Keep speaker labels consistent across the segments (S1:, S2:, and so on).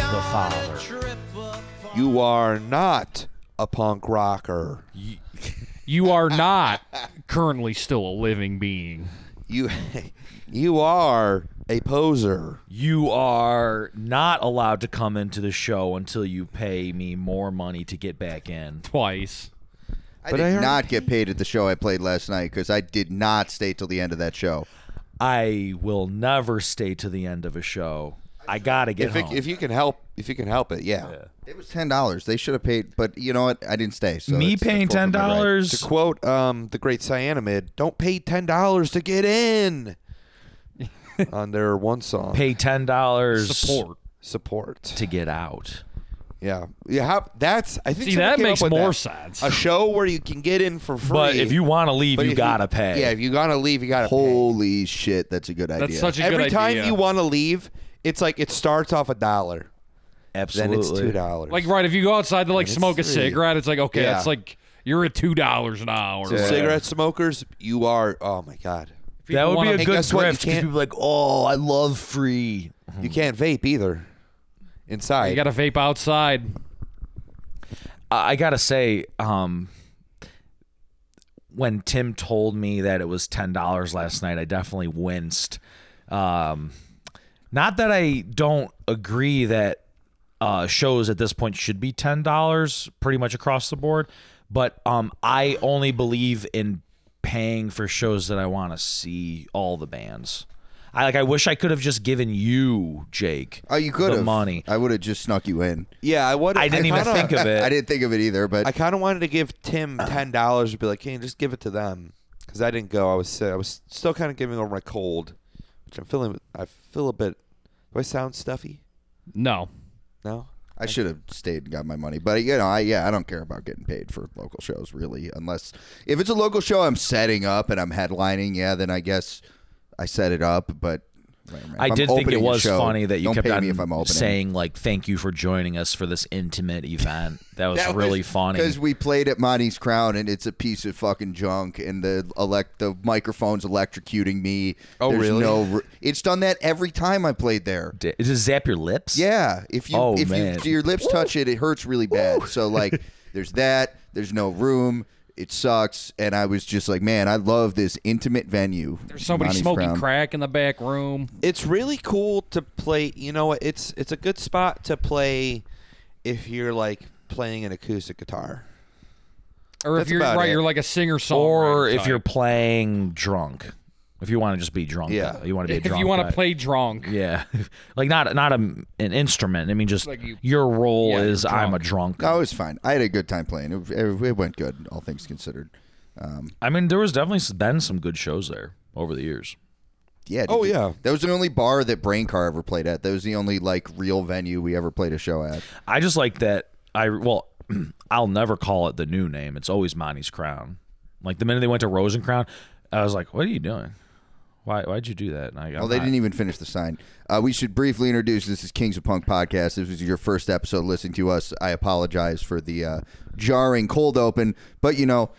S1: father. You are not a punk rocker.
S2: You are not currently still a living being.
S1: You you are a poser.
S3: You are not allowed to come into the show until you pay me more money to get back in.
S2: Twice.
S4: I
S1: But
S4: did
S1: I heard-
S4: not get paid at the show I played last night because I did not stay till the end of that show.
S3: I will never stay to the end of a show. I gotta get
S1: If, it,
S3: home.
S1: if you can help, if you can help it, yeah.
S4: It was ten dollars. They should have paid, but you know what? I didn't stay. So
S3: me
S4: it's the
S3: paying
S4: full
S3: ten
S4: from my right.
S1: To
S3: dollars,
S1: quote um, the great Cyanamid, "Don't pay ten dollars to get in." on their one song,
S3: pay ten dollars
S2: Support.
S1: support.
S3: to get out.
S1: Yeah, yeah. How, that's I think
S2: See,
S1: someone
S2: that
S1: came up
S2: makes
S1: with
S2: more
S1: that.
S2: sense.
S1: A show where you can get in for free,
S3: But if you want to leave,
S1: but
S3: you
S1: if
S3: gotta pay.
S1: Yeah, if you gotta leave, you gotta pay.
S4: Holy shit, that's a good idea.
S2: That's such a
S1: Every
S2: good
S1: time
S2: idea.
S1: you want to leave, it's like it starts off a dollar, then
S3: absolutely.
S1: it's two dollars.
S2: Like right, if you go outside to like
S1: it's
S2: smoke a
S1: free.
S2: cigarette, it's like okay,
S1: Yeah.
S2: it's like you're at two dollars an hour.
S1: So cigarette smokers, you are. Oh my god,
S2: People
S3: That would be
S2: wanna-
S3: a
S1: And
S3: good
S1: guess what? You
S3: grift because
S1: can't-
S3: people are like, oh, I love free.
S1: you can't vape either. Inside,
S2: You got to vape outside.
S3: I I gotta say, um, when Tim told me that it was ten dollars last night, I definitely winced. Um, not that I don't agree that uh, shows at this point should be ten dollars, pretty much across the board, but um, I only believe in paying for shows that I want to see all the bands. I like. I wish I could have just given you, Jake.
S4: Oh, you could
S3: the
S4: have
S3: money.
S4: I would have just snuck you in.
S1: yeah, I would.
S3: I didn't even
S1: kinda-
S3: think of it.
S4: I didn't think of it either, but
S1: I kind of wanted to give Tim ten dollars to be like, "Hey, just give it to them," because I didn't go. I was sick. I was still kind of giving over my cold, which I'm feeling. I feel a bit. Do I sound stuffy?
S2: No,
S1: No.
S4: I should have stayed and got my money. But you know, I yeah, I don't care about getting paid for local shows really, unless if it's a local show I'm setting up and I'm headlining. Yeah, then I guess I set it up. But
S3: I
S4: if I'm
S3: did think
S4: opening
S3: it
S4: a
S3: was
S4: show,
S3: funny that you
S4: don't
S3: kept
S4: pay
S3: on
S4: me if I'm opening.
S3: saying like "Thank you for joining us for this intimate event." That was really funny.
S4: because we played at Monty's Crown and it's a piece of fucking junk and the elect the microphone's electrocuting me.
S1: Oh,
S4: There's
S1: really?
S4: No, re- it's done that every time I played there.
S3: D- Does it zap your lips?
S4: Yeah, if you
S3: Oh,
S4: if
S3: man.
S4: you your lips touch it, it hurts really bad. So like, there's that. There's no room. It sucks. And I was just like, man, I love this intimate venue.
S2: there's somebody
S4: Monty's
S2: smoking
S4: Crown.
S2: crack in the back room.
S1: it's really cool to play. You know, what, it's it's a good spot to play if you're like playing an acoustic guitar.
S2: Or if
S1: That's
S2: you're
S1: about
S2: right,
S1: it.
S2: you're like a singer songwriter.
S3: Or if you're playing drunk, if you want to just be drunk,
S1: Yeah.
S3: you want to be a
S2: if
S3: drunk.
S2: you want
S3: guy.
S2: to play drunk,
S3: yeah, like not not a, an instrument. I mean, just
S2: Like you-
S3: your role
S2: yeah, you're
S3: is I'm a drunk.
S4: No, it was fine. I had a good time playing. It, it, it went good, all things considered.
S3: I mean, there was definitely been some good shows there over the years.
S4: Yeah. dude,
S1: Oh, yeah.
S4: That was the only bar that Brain Car ever played at. That was the only like real venue we ever played a show at.
S3: I just like that. I well, I'll never call it the new name. It's always Monty's Crown. Like the minute they went to Rosencrown, I was like, "What are you doing? Why? Why'd you do that?" And I,
S4: Oh, they didn't even finish the sign. Uh, we should briefly introduce this is Kings of Punk podcast. This is your first episode listening to us. I apologize for the uh, jarring cold open, but you know,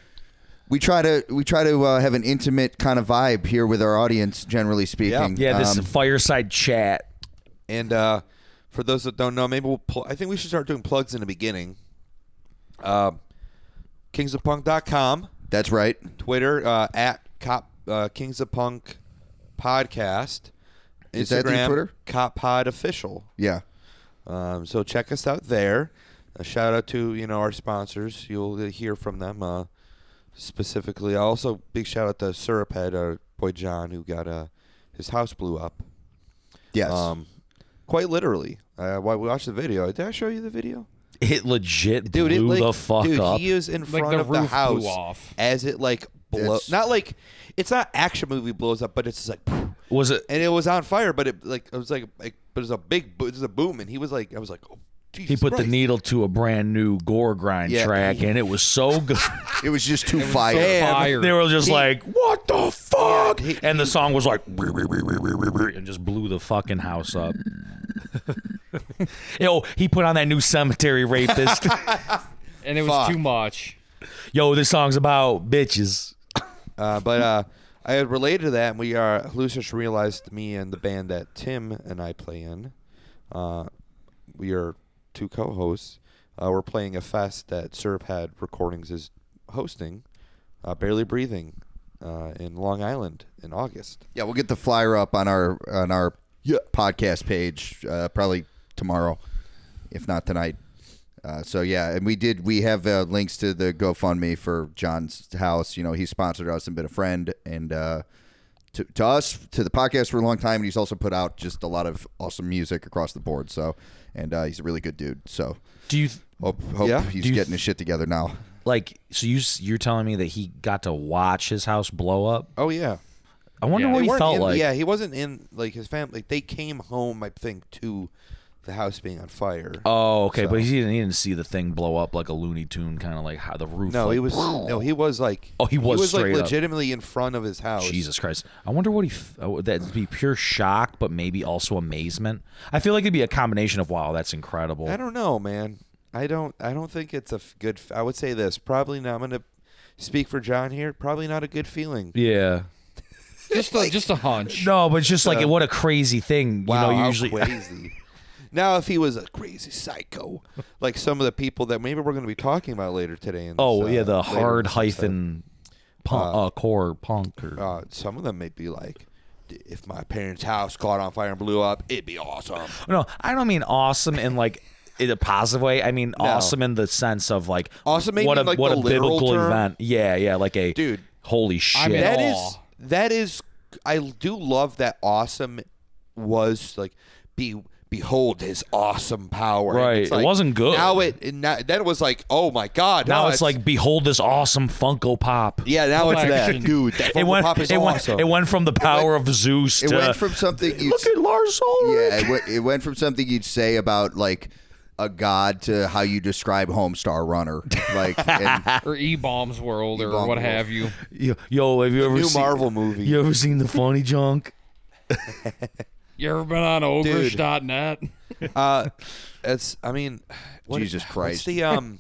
S4: we try to we try to uh, have an intimate kind of vibe here with our audience, generally speaking.
S3: Yeah, this
S4: Um,
S3: fireside chat.
S1: And uh, for those that don't know, maybe we'll. Pl- I think we should start doing plugs in the beginning. Uh, kingsofpunk.com,
S4: that's right.
S1: Twitter uh, at cop uh, Kings of Punk podcast, Instagram
S4: Is that through Twitter?
S1: Cop Pod official.
S4: Yeah,
S1: Um, so check us out there. A shout out to you know our sponsors. You'll hear from them uh, specifically. Also, big shout out to Syrup Head, our boy John, who got uh, his house blew up.
S4: yes.
S1: Um, quite literally. Uh, why we watched the video? Did I show you the video?
S3: It legit
S1: Dude,
S3: blew
S1: it like
S3: the fuck
S1: dude,
S3: up.
S1: he is in
S2: Like,
S1: front
S2: the
S1: of the
S2: roof blew
S1: house
S2: off.
S1: as it like blow.
S4: That's-
S1: Not like it's not action movie blows up, but it's just like, and
S3: was it?
S1: it was on fire. But it like it was like, like but it was a big, bo- it was a boom, and he was like, I was like, oh, Jesus
S3: He put the
S1: Christ.
S3: needle to a brand new gore grind
S1: Yeah.
S3: track, and it was so good.
S4: it was just too fire.
S2: Fire.
S3: they were just like, "What the fuck?"
S1: he-
S3: and the song was like, and just blew the fucking house up. Yo, he put on that new cemetery rapist.
S2: and it was
S1: Fuck.
S2: too much.
S3: Yo, this song's about bitches.
S1: Uh, but uh, I had related to that, and we are Hallucish realized me and the band that Tim and I play in. Uh, we are two co-hosts. Uh, we're playing a fest that Serpad Recordings is hosting, uh, Barely Breathing, uh, in Long Island in August.
S4: Yeah, we'll get the flyer up on our on our podcast page uh, probably tomorrow, if not tonight. Uh, so yeah, and we did. We have uh, links to the GoFundMe for John's house. You know, he sponsored us and been a friend, and uh, to, to us to the podcast for a long time. And he's also put out just a lot of awesome music across the board. So, and uh, he's a really good dude. So
S3: Do you th-
S4: hope hope
S1: Yeah.
S4: he's
S3: Do you
S4: getting his shit together now.
S3: like? So you s- you're telling me that he got to watch his house blow up?
S1: Oh yeah,
S3: I wonder
S2: Yeah.
S3: what
S1: They
S3: he
S1: weren't
S3: felt
S1: in-
S3: like.
S1: Yeah, he wasn't in like his family. Like, they came home, I think, to the house being on fire.
S3: Oh, okay,
S1: So-
S3: but he didn't, he didn't see the thing blow up like a Looney Tune, kind of like how the roof.
S1: no,
S3: like,
S1: he was no, he was like
S3: Oh, he was
S1: he was like
S3: straight up.
S1: legitimately in front of his house.
S3: Jesus Christ! I wonder what he. F- oh, that'd be pure shock, but maybe also amazement. I feel like it'd be a combination of wow, that's incredible.
S1: I don't know, man. I don't. I don't think it's a f- good. f- I would say this. Probably not. I'm gonna speak for John here. Probably not a good feeling.
S3: Yeah.
S2: Just a, just a hunch.
S3: No, but it's just like what a crazy thing. You
S1: Wow,
S3: know,
S1: how
S3: usually
S1: crazy. now, if he was a crazy psycho, like some of the people that maybe we're going to be talking about later today. In this,
S3: Oh
S1: uh,
S3: yeah, the
S1: later
S3: hard
S1: in this episode,
S3: hyphen punk, uh, core punk. Or,
S1: Uh, some of them may be like, "D- if my parents' house caught on fire and blew up, it'd be awesome.
S3: no, I don't mean awesome in like in a positive way. I mean awesome in the sense of like
S1: Awesome, maybe
S3: What a
S1: in, like,
S3: what
S1: the
S3: a
S1: literal
S3: biblical
S1: term.
S3: event. Yeah, yeah, like a
S1: Dude,
S3: Holy shit!
S2: I'm in
S1: That is
S2: awe.
S1: that is I do love that awesome was like be behold his awesome power. And
S3: Right.
S1: it's
S3: It
S1: like,
S3: wasn't good.
S1: Now it and now, that was like oh my god.
S3: now it's like behold this awesome Funko Pop.
S1: yeah. Now it's that
S2: Collection.
S1: dude. That
S3: Oh it
S1: Funko
S3: went.
S1: Pop is
S3: it went.
S1: awesome.
S3: It went from the power of Zeus
S4: It
S3: to
S4: went from something you
S3: look at Lars Ulrich.
S4: Yeah, it, w- it went from something you'd say about like a god to how you describe Homestar Runner. Like, and,
S2: Or E Bombs World or
S4: E-Bomb
S2: what
S4: World.
S2: have you.
S3: Yo, yo, have you ever
S1: New
S3: seen,
S1: Marvel movie.
S3: You ever seen the funny junk?
S2: You ever been on ogrish.net?
S1: Uh, it's I mean, what-
S4: Jesus
S1: What's
S4: Christ.
S1: the um,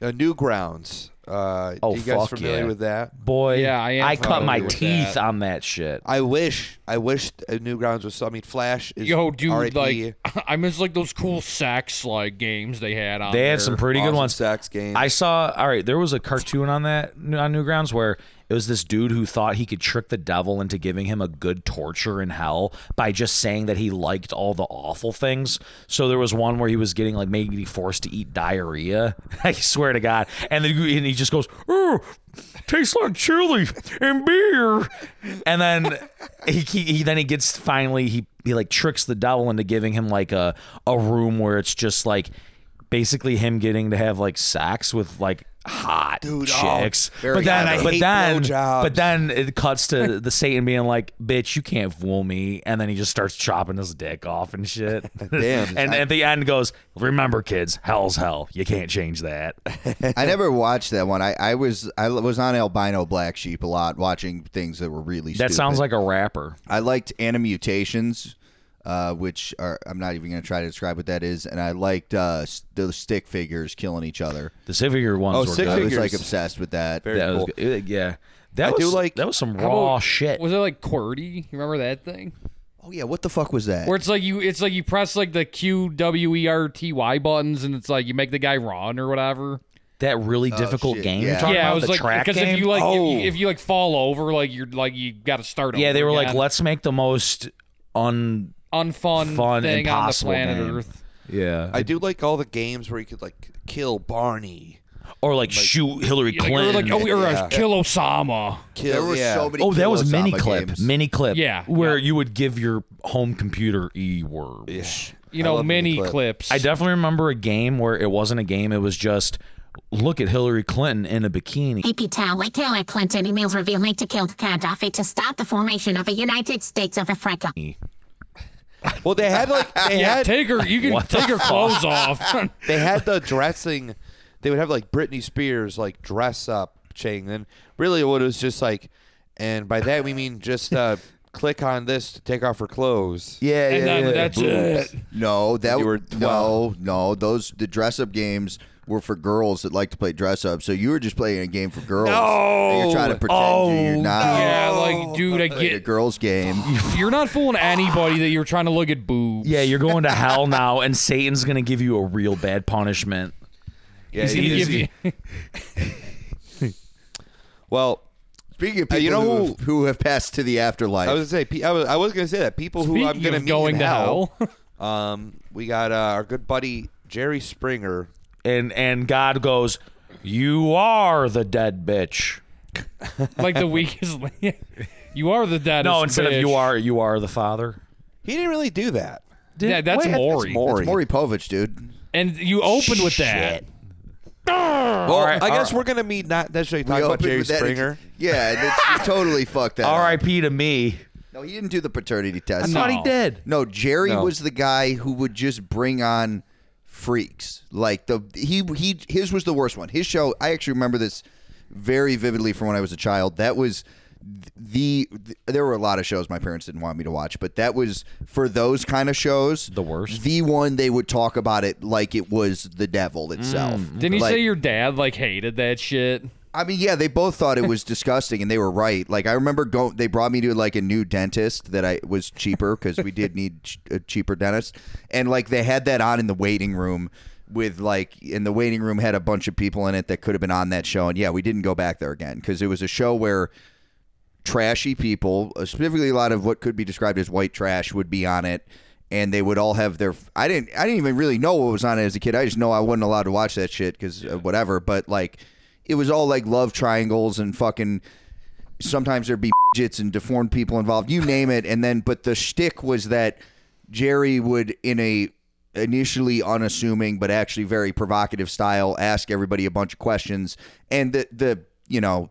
S1: uh, Newgrounds. Uh,
S3: Oh,
S1: you guys
S3: fuck
S1: familiar
S3: yeah.
S1: with that?
S3: Boy,
S2: Yeah, I am
S3: I cut
S2: familiar
S3: my
S2: with
S3: teeth
S2: that.
S3: on that shit.
S1: I wish, I wish uh, Newgrounds was. so- I mean, Flash is
S2: Yo, dude,
S1: R.I.P..
S2: like I miss like those cool sax like games they had on.
S3: They
S2: there.
S3: had some pretty good
S1: awesome
S3: ones.
S1: Sax game.
S3: I saw. All right, there was a cartoon on that on Newgrounds where it was this dude who thought he could trick the devil into giving him a good torture in hell by just saying that he liked all the awful things. So there was one where he was getting like maybe forced to eat diarrhea. I swear to God, and then and he just goes, "Oh, tastes like chili and beer," and then he, he, he then he gets finally he he like tricks the devil into giving him like a a room where it's just like basically him getting to have like sex with like hot
S1: oh,
S3: chicks.
S1: very
S3: but then,
S1: hot. I
S3: but
S1: hate
S3: then,
S1: blowjobs.
S3: but then it cuts to the Satan being like, "Bitch, you can't fool me," and then he just starts chopping his dick off and shit.
S1: Damn.
S3: and at the end goes, "Remember, kids, hell's hell. You can't change that."
S4: I never watched that one. I, I was I was on Albino Black Sheep a lot, watching things that were really.
S3: That
S4: stupid.
S3: sounds like a rapper.
S4: I liked Animutations, uh, which are I'm not even going to try to describe what that is, and I liked uh, s- the stick figures killing each other.
S3: The six figure ones
S1: Oh,
S3: were
S1: six
S4: I
S3: good.
S4: was like
S1: Figures.
S4: obsessed with that.
S1: Very
S3: That was
S1: cool.
S3: good. Yeah, that
S1: I
S3: was
S1: do like-
S3: that was some
S2: How about-
S3: raw shit.
S2: Was it like QWERTY? You remember that thing?
S4: Oh yeah, what the fuck was that?
S2: Where it's like you, it's like you press like the Q W E R T Y buttons, and it's like you make the guy run or whatever.
S3: that really difficult
S4: shit,
S3: game.
S4: yeah.
S3: You're talking
S2: yeah,
S3: about
S2: it was
S3: the
S2: like
S3: track game.
S2: if you like
S1: Oh.
S2: if, you, if you like fall over, like you're like you got to start.
S3: yeah,
S2: over
S3: they were like,
S2: again.
S3: "Let's make the most un." fun,
S2: unfun thing on the
S3: impossible
S2: planet
S3: game.
S2: Earth.
S3: Yeah.
S1: I do like all the games where you could like kill Barney.
S3: or like, shoot Hillary
S2: Like, or
S3: Clinton.
S2: like oh, or
S1: Yeah.
S2: a kill Osama.
S1: Kill.
S4: there were
S1: yeah.
S4: so many.
S3: oh, that
S4: Kill
S3: was
S4: Osama
S3: mini clip.
S4: games.
S3: Mini clip.
S2: Yeah,
S3: Where you would give your home computer e words.
S2: You
S1: I
S2: know,
S1: love mini
S2: mini
S1: clip.
S2: clips.
S3: I definitely remember a game where it wasn't a game. It was just look at Hillary Clinton in a bikini.
S5: AP Tower Tower Clinton emails reveal link to kill Gaddafi to stop the formation of a United States of Africa.
S1: Well, they had like they
S2: yeah,
S1: had
S2: take her. You can take her clothes off.
S1: they had the dressing. They would have like Britney Spears like dress up chain. Then really, what it was just like, and by that we mean just uh, click on this to take off her clothes.
S4: Yeah,
S2: And
S4: yeah,
S2: then
S4: yeah.
S2: that's
S4: Boobs.
S2: it.
S4: No, that
S1: You were
S4: were no, no. Those the dress up games were for girls that like to play dress up. So you were just playing a game for girls.
S1: No. Oh,
S4: And you're trying to pretend you're not
S2: Yeah, like,
S3: Oh.
S2: dude, I
S4: playing a
S2: get.
S4: girls game.
S2: You're not fooling anybody that you're trying to look at boobs.
S3: Yeah, you're going to hell now, and Satan's gonna give you a real bad punishment.
S1: Yeah,
S2: He's
S1: he
S2: gonna
S1: is-
S2: give you.
S1: well,
S4: Speaking of
S1: Uh,
S4: people
S1: you know
S4: who, who have passed to the afterlife,
S1: I was gonna say, pe- I was, I was gonna say that people who I'm
S2: Speaking
S1: gonna
S2: of
S1: meet
S2: going
S1: in
S2: to
S1: hell,
S2: hell.
S1: Um, we got uh, our good buddy Jerry Springer.
S3: And and God goes, "You are the dead bitch."
S2: like the weakest link. you are the deadest.
S3: No, instead
S2: bitch.
S3: of you are, you are the father.
S1: He didn't really do that.
S2: Yeah, that's
S3: Wait, that's
S2: Maury.
S1: Maury.
S4: It's Maury Povich, dude.
S2: And you open with that.
S1: Well,
S3: right,
S1: I
S3: all
S1: guess
S3: right.
S1: we're gonna meet not necessarily talk
S4: We
S1: about
S4: opened
S1: Jerry
S4: with that.
S1: Springer.
S4: Yeah, and it's- you totally fucked that. up.
S3: R.I.P. to me.
S4: No, he didn't do the paternity test.
S2: No.
S3: Thought he did.
S4: No, Jerry
S1: No.
S4: was the guy who would just bring on freaks. Like the he he his was the worst one. His show, I actually remember this very vividly from when I was a child. That was the, there were a lot of shows my parents didn't want me to watch, but that was for those kind of shows
S3: The worst.
S4: The one they would talk about it like it was the devil itself.
S3: Mm.
S2: Didn't you
S4: Like-
S2: say your dad like hated that shit?
S4: I mean, yeah, they both thought it was disgusting, and they were right. Like I remember going, they brought me to like a new dentist that I was cheaper because we did need ch- a cheaper dentist, and like they had that on in the waiting room with like, and the waiting room had a bunch of people in it that could have been on that show, and yeah, we didn't go back there again because it was a show where trashy people, uh, specifically a lot of what could be described as white trash, would be on it, and they would all have their. I didn't. I didn't even really know what was on it as a kid. I just know I wasn't allowed to watch that shit because whatever. But like, it was all like love triangles and fucking. Sometimes there'd be midgets and deformed people involved. You name it, and then but the shtick was that Jerry would in a initially unassuming but actually very provocative style ask everybody a bunch of questions and the the you know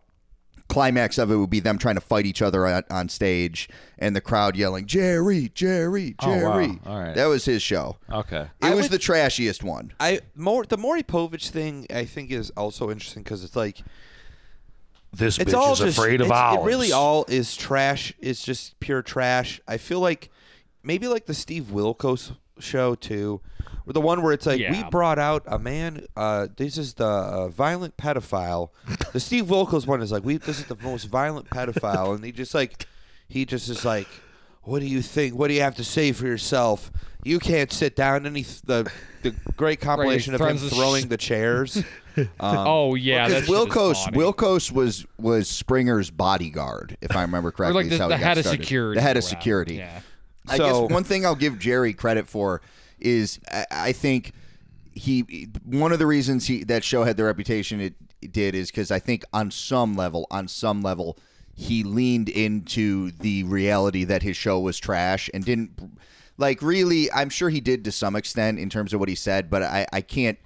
S4: climax of it would be them trying to fight each other on, on stage and the crowd yelling jerry jerry
S3: oh, wow.
S4: jerry
S3: All right.
S4: that was his show
S3: Okay.
S4: it was the trashiest one
S1: I more the Maury Povich thing I think is also interesting because it's like
S3: This
S1: it's all just it's- It really all is trash. It's just pure trash. I feel like maybe like the Steve Wilkos show too, or the one where it's like we
S2: Yeah.
S1: brought out a man. Uh, this is the uh, violent pedophile. the Steve Wilkos one is like we. This is the most violent pedophile, and he just like he just is like. What do you think? What do you have to say for yourself? You can't sit down. Any the the great compilation of him
S2: throws the sh-
S1: throwing the chairs.
S4: Um,
S2: oh yeah, that's
S4: because Wilkos, Wilkos was was Springer's bodyguard, if I remember correctly.
S2: like
S4: is
S2: the-
S4: how
S2: the
S4: he got
S2: head of
S4: started.
S2: security
S4: The head of
S2: around,
S4: security.
S2: yeah.
S4: I
S1: So-
S4: guess one thing I'll give Jerry credit for is I, I think he one of the reasons he that show had the reputation it, it did is because I think on some level, on some level, he leaned into the reality that his show was trash and didn't like really. I'm sure he did to some extent in terms of what he said, but I I can't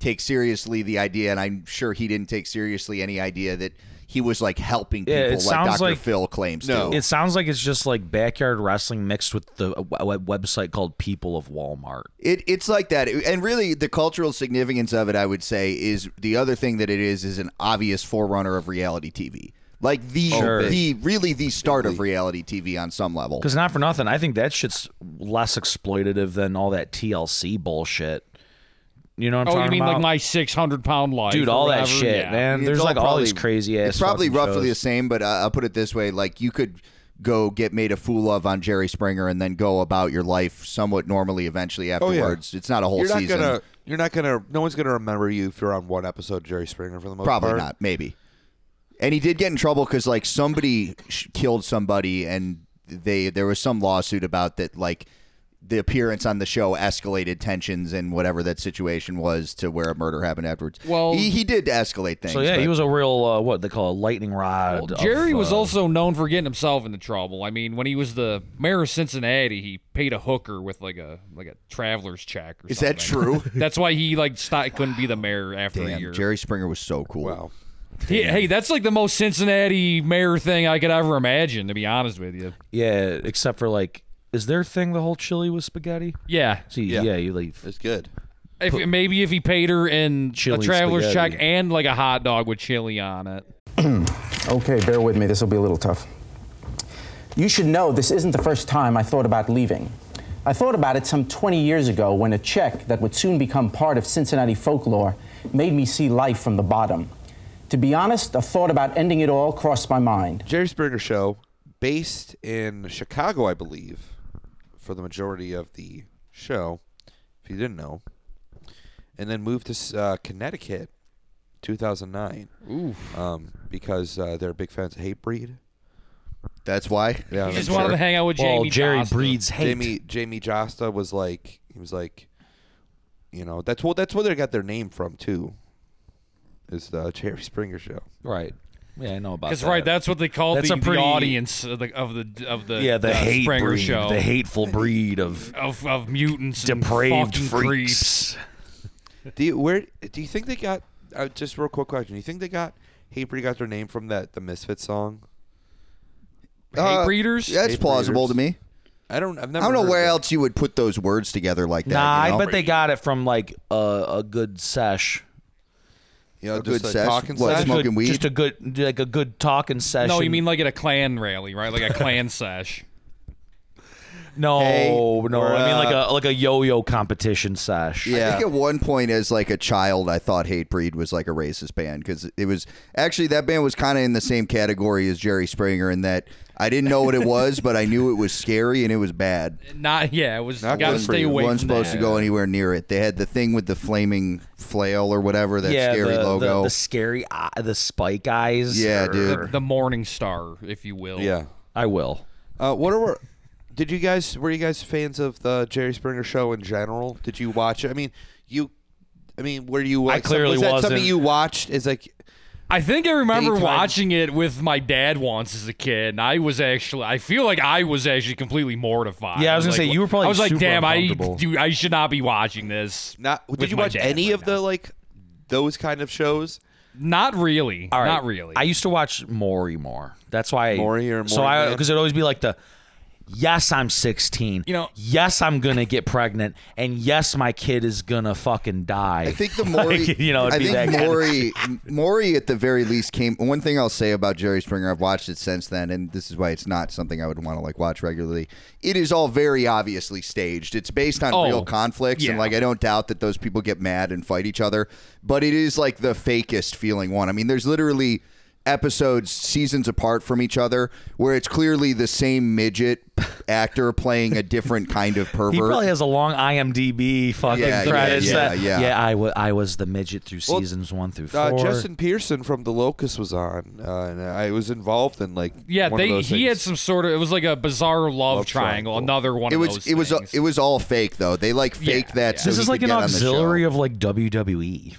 S4: take seriously the idea, and I'm sure he didn't take seriously any idea that he was like helping people
S3: Yeah, it
S4: like
S3: sounds
S4: Dr.
S3: like-
S4: Phil claims
S1: No.
S4: to.
S3: It sounds like it's just like backyard wrestling mixed with the a web- website called People of Walmart.
S4: It it's like that, and really the cultural significance of it, I would say, is the other thing that it is is an obvious forerunner of reality TV, like the
S1: Oh,
S3: Sure.
S4: the really the start of reality TV on some level.
S3: Because not for nothing, I think that shit's less exploitative than all that TLC bullshit. You know what I'm
S2: Oh,
S3: talking
S2: you mean
S3: about?
S2: like my six hundred pound life,
S3: Dude,
S2: or
S3: all that
S2: whatever?
S3: shit,
S2: Yeah.
S4: I
S3: man.
S4: mean,
S3: There's
S4: all
S3: like all
S4: probably-
S3: these crazy ass.
S4: It's probably
S3: fucking
S4: roughly the
S3: shows.
S4: same, but I, I'll put it this way: like you could go get made a fool of on Jerry Springer and then go about your life somewhat normally eventually
S1: Oh, yeah.
S4: afterwards. It's not a whole
S1: you're not
S4: season.
S1: gonna you're not gonna no one's gonna remember you if you're on one episode of Jerry Springer for the most
S4: Probably
S1: part.
S4: not. Maybe. And he did get in trouble because like somebody sh- killed somebody, and they there was some lawsuit about that. Like the appearance on the show escalated tensions and whatever that situation was to where a murder happened afterwards.
S2: Well-
S4: he, he did escalate things.
S3: So yeah,
S4: but-
S3: he was a real uh, what they call a lightning rod. of,
S2: Jerry was
S3: uh,
S2: also known for getting himself into trouble. I mean, when he was the mayor of Cincinnati, he paid a hooker with like a like a traveler's check. Or
S4: Is
S2: something.
S4: that true?
S2: That's why he like stopped, couldn't be the mayor after a year.
S4: Damn, Jerry Springer was so cool.
S1: Wow.
S2: He- hey, that's like the most Cincinnati mayor thing I could ever imagine. To be honest with you,
S3: yeah, except for like, is their thing the whole chili with spaghetti?
S2: yeah.
S3: See,
S1: Yeah.
S3: yeah, you leave.
S1: It's good.
S2: If, maybe if he paid her in
S3: Chili
S2: a traveler's
S3: spaghetti.
S2: check and like a hot dog with chili on it.
S6: Okay, bear with me. This will be a little tough.
S7: You should know this isn't the first time I thought about leaving.
S6: I thought about it some 20 years ago when a Czech that would soon become part of Cincinnati folklore made me see life from the bottom. To be honest, a thought about ending it all crossed my mind.
S1: Jerry Springer show, based in Chicago, I believe, for the majority of the show, if you didn't know, and then moved to uh, Connecticut, 2009. Oof. Um, because uh, they're big fans of Hate Breed.
S4: That's why.
S1: Yeah,
S2: He just
S1: I'm
S2: wanted to
S1: sure.
S2: hang out with
S3: Well,
S2: Jamie.
S3: Jerry
S2: Costa.
S3: breeds hate.
S1: Jamie Jamie Josta was like he was like, you know that's what that's where they got their name from too. Is the Jerry Springer show?
S3: Right. Yeah, I know about that.
S2: That's right. That's what they call
S3: That's
S2: the,
S3: a
S2: the
S3: pretty-
S2: audience of the of the of the,
S3: yeah, the
S2: uh,
S3: hate
S2: Springer
S3: breed,
S2: show
S3: the hateful breed of
S2: of of mutants and
S3: depraved
S2: fucking creeps.
S3: freaks.
S1: Do you where do you think they got? Uh, just real quick question. Do you think they got Hey Breed got their name from that the Misfits song?
S2: Hate
S4: Uh,
S2: breeders.
S4: That's
S1: Hate
S4: plausible to
S1: breeders.
S4: me.
S1: I don't. I've
S4: I
S1: never.
S4: don't know
S1: heard
S4: where
S1: of it.
S4: else you would put those words together like that.
S3: Nah,
S4: you know?
S3: I bet they got it from like a, a good sesh.
S4: You know,
S1: A
S4: good
S1: good
S4: sesh.
S1: talking
S4: What,
S1: sesh?
S3: Good-
S4: smoking weed?
S3: Just a good, like a good talking session.
S2: No, you mean like at a clan rally, right? Like a clan sesh.
S3: no,
S4: Hey,
S3: no.
S4: we're,
S3: I mean like
S4: uh,
S3: a like a yo-yo competition sesh.
S4: I think at one point, as like a child, I thought Hate Breed was like a racist band because it was actually that band was kind of in the same category as Jerry Springer in that I didn't know what it was, but I knew it was scary and it was bad.
S2: Not yeah. It was
S1: Not
S2: gotta
S1: good for
S2: stay
S1: you.
S2: away.
S4: wasn't
S2: from
S4: supposed
S2: that.
S4: to go anywhere near it. They had the thing with the flaming flail or whatever that
S3: yeah,
S4: scary
S3: the, the-
S4: logo.
S3: The, scary, eye, the spike eyes.
S4: yeah,
S3: Or-
S4: dude.
S2: The Morning Star, if you will.
S1: Yeah.
S3: I will.
S1: Uh, what are? Did you guys were you guys fans of the Jerry Springer show in general? Did you watch it? I mean, you. I mean, were you? Like,
S3: clearly
S1: was that
S3: wasn't.
S1: something you watched? Is like
S2: I think I remember
S1: Daytime.
S2: watching it with my dad once as a kid. And I was actually, I feel like I was actually completely mortified.
S3: Yeah, I was gonna
S2: like,
S3: say, you were probably
S2: I was like,
S3: super
S2: damn, I
S3: uncomfortable."
S2: do, I should not be watching this.
S1: not.
S2: with
S1: Did you
S2: my
S1: watch
S2: dad
S1: any
S2: right
S1: of the like those kind of shows?
S2: Not really.
S3: All right.
S2: Not really.
S3: I used to watch Maury more. That's why I,
S1: Maury or
S3: so
S1: Maury
S3: I
S1: Man?
S3: because it'd always be like the yes I'm 16.
S2: You know-
S3: yes I'm gonna get pregnant, and yes my kid is gonna fucking die.
S4: I think the Maury,
S3: you know, it'd
S4: I
S3: be that
S4: think
S3: kind of-
S4: Maury, Maury at the very least came. One thing I'll say about Jerry Springer, I've watched it since then, and this is why it's not something I would want to like watch regularly. It is all very obviously staged. It's based on
S2: Oh,
S4: real conflicts, and
S2: yeah.
S4: like I don't doubt that those people get mad and fight each other, but it is like the fakest feeling one. I mean, there's literally episodes seasons apart from each other where it's clearly the same midget actor playing a different kind of pervert.
S3: he probably has a long IMDb fucking
S4: Yeah, yeah,
S3: credits.
S4: yeah,
S3: that-
S4: yeah.
S3: I wa- I was the midget through
S1: Well,
S3: seasons one through four.
S1: Uh, Justin Pearson from The Locust was on, uh, and I was involved in like
S2: yeah,
S1: one of
S2: they, he
S1: those
S2: had
S1: things.
S2: some sort of, it was like a bizarre love, triangle,
S1: triangle.
S2: another one
S4: it
S2: of
S4: was
S2: those
S4: it was
S2: things.
S4: it was all fake though. They like faked
S2: Yeah,
S4: that.
S2: yeah.
S4: so
S3: this
S4: he
S3: is like
S4: could
S3: an
S4: get on the
S3: auxiliary
S4: show.
S3: of like WWE.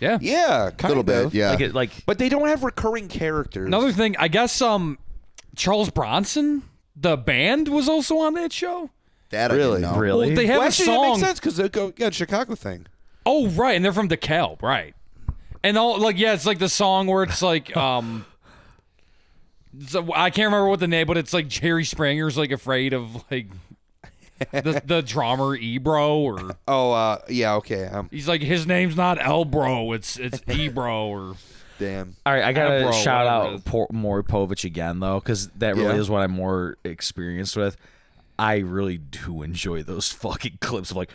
S2: yeah.
S1: yeah,
S4: a
S1: kind
S4: little
S1: of.
S4: bit, yeah.
S3: Like it, like
S1: But they don't have recurring characters.
S2: Another thing, I guess um, Charles Bronson, the band, was also on that show.
S4: that really, I didn't know.
S3: really.
S2: Well, they have
S1: well,
S2: a
S1: actually, that
S2: song.
S1: makes sense because they go yeah Chicago thing.
S2: Oh, right, and they're from DeKalb, right? And all like yeah, it's like the song where it's like um, so I can't remember what the name, but it's like Jerry Springer's like afraid of like the the drummer Ebro or
S1: Oh uh, yeah, okay. Um,
S2: he's like his name's not Elbro, it's it's Ebro or
S1: damn.
S3: All right, I gotta
S2: Admiral,
S3: shout
S2: whatever it is.
S3: out Por- Maury Povich again though, because that really
S1: Yeah.
S3: is what I'm more experienced with. I really do enjoy those fucking clips of like,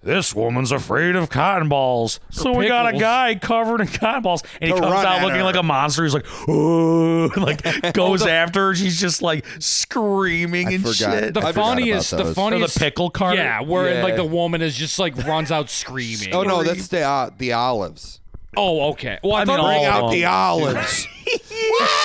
S3: this woman's afraid of cotton balls, so we got a
S2: pickles.
S3: guy covered in cotton balls, and he
S1: To
S3: comes
S1: run
S3: out
S1: at
S3: looking
S1: her.
S3: like a monster. He's like, oh, and, like goes after her. She's just like screaming
S4: I
S3: and
S4: forgot.
S3: shit.
S2: the
S4: I forgot about
S2: funniest, the
S4: those.
S3: or the
S2: funniest
S3: pickle cart.
S2: Yeah, where
S1: Yeah.
S2: like the woman is just like runs out screaming.
S1: Oh no, that's the uh, the olives.
S2: Oh, okay. Well, I,
S3: I mean,
S2: thought it was-
S3: all
S1: Bring
S3: of
S1: out
S3: them.
S1: the olives.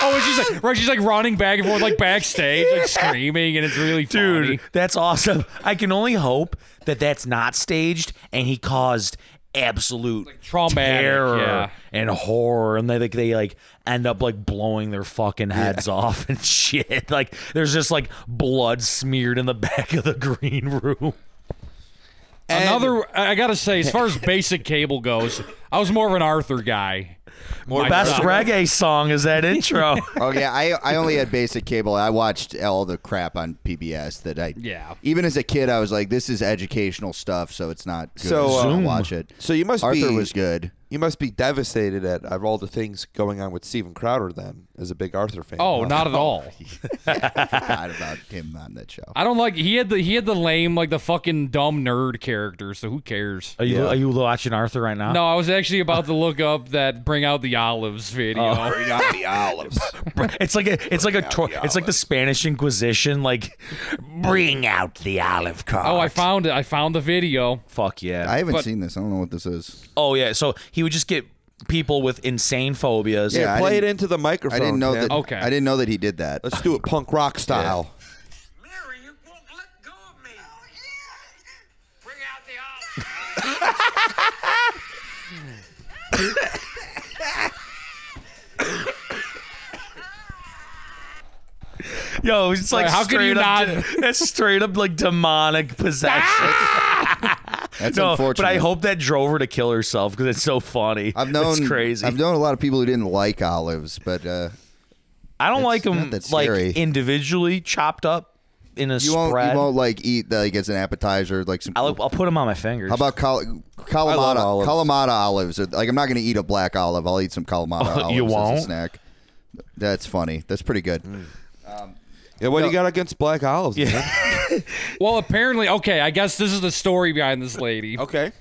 S2: Oh, and she's like, right, she's like running back and forth, like backstage, like screaming, and it's really
S3: Dude,
S2: funny.
S3: that's awesome. I can only hope that that's not staged and he caused absolute
S2: traumatic,
S3: terror
S2: yeah.
S3: and horror and they like they like end up like blowing their fucking heads off and shit. Like there's just like blood smeared in the back of the green room.
S2: Another, I I gotta say, as far as basic cable goes, I was more of an Arthur guy.
S1: More
S3: Best
S1: about-
S3: reggae song is that intro.
S4: Oh yeah, I, I only had basic cable. I watched all the crap on PBS that I
S2: Yeah.
S4: Even as a kid, I was like, this is educational stuff, so it's not good.
S1: So,
S4: So
S1: uh,
S4: I'll watch it.
S1: So you must
S4: Arthur
S1: be
S4: was good.
S1: You must be devastated at of all the things going on with Steven Crowder then as a big Arthur fan.
S2: Oh, not at all.
S4: forgot about him on that show.
S2: I don't like he had the he had the lame like the fucking dumb nerd character. So who cares?
S3: Are you are you watching Arthur right now?
S2: No, I was actually about to look up that "Bring Out the Olives" video.
S1: Bring out the olives.
S3: It's like a it's like a tor- it's like the Spanish Inquisition. Like, bring out the olive cart.
S2: Oh, I found it. I found the video.
S3: Fuck yeah.
S4: I haven't
S2: But-
S4: seen this. I don't know what this is.
S3: oh yeah. So he would just get people with insane phobias.
S4: Yeah, I
S1: Play it
S4: didn't-
S1: into the microphone.
S4: I didn't know
S1: Tim.
S4: that.
S2: Okay.
S4: I didn't know that he did that.
S1: Let's do it punk rock style.
S7: Mary, you won't let go of me. Oh, yeah. Bring out the olive.
S3: Yo, it's like
S2: Like, how could you
S3: straight up
S2: not-
S3: de- that's straight up like demonic possession.
S4: That's
S3: no, but
S4: unfortunate.
S3: I hope that drove her to kill herself because it's so funny.
S4: I've known
S3: it's crazy.
S4: I've known a lot of people who didn't like olives, but uh,
S3: I don't
S4: It's
S3: like them
S4: not that
S3: like
S4: scary.
S3: individually chopped up in a
S4: you
S3: spread.
S4: won't you won't like eat like as an appetizer like some.
S3: I'll, I'll put them on my fingers.
S4: how about Cal- Kalamata
S1: olives.
S4: Kalamata olives? Or, like I'm not going to eat a black olive. I'll eat some Kalamata olives
S3: you
S4: as
S3: won't? Mm.
S4: a snack. That's funny. That's pretty good.
S1: Yeah, what do you got against black olives? man?
S2: Well, apparently, okay. I guess this is the story behind this lady.
S1: Okay.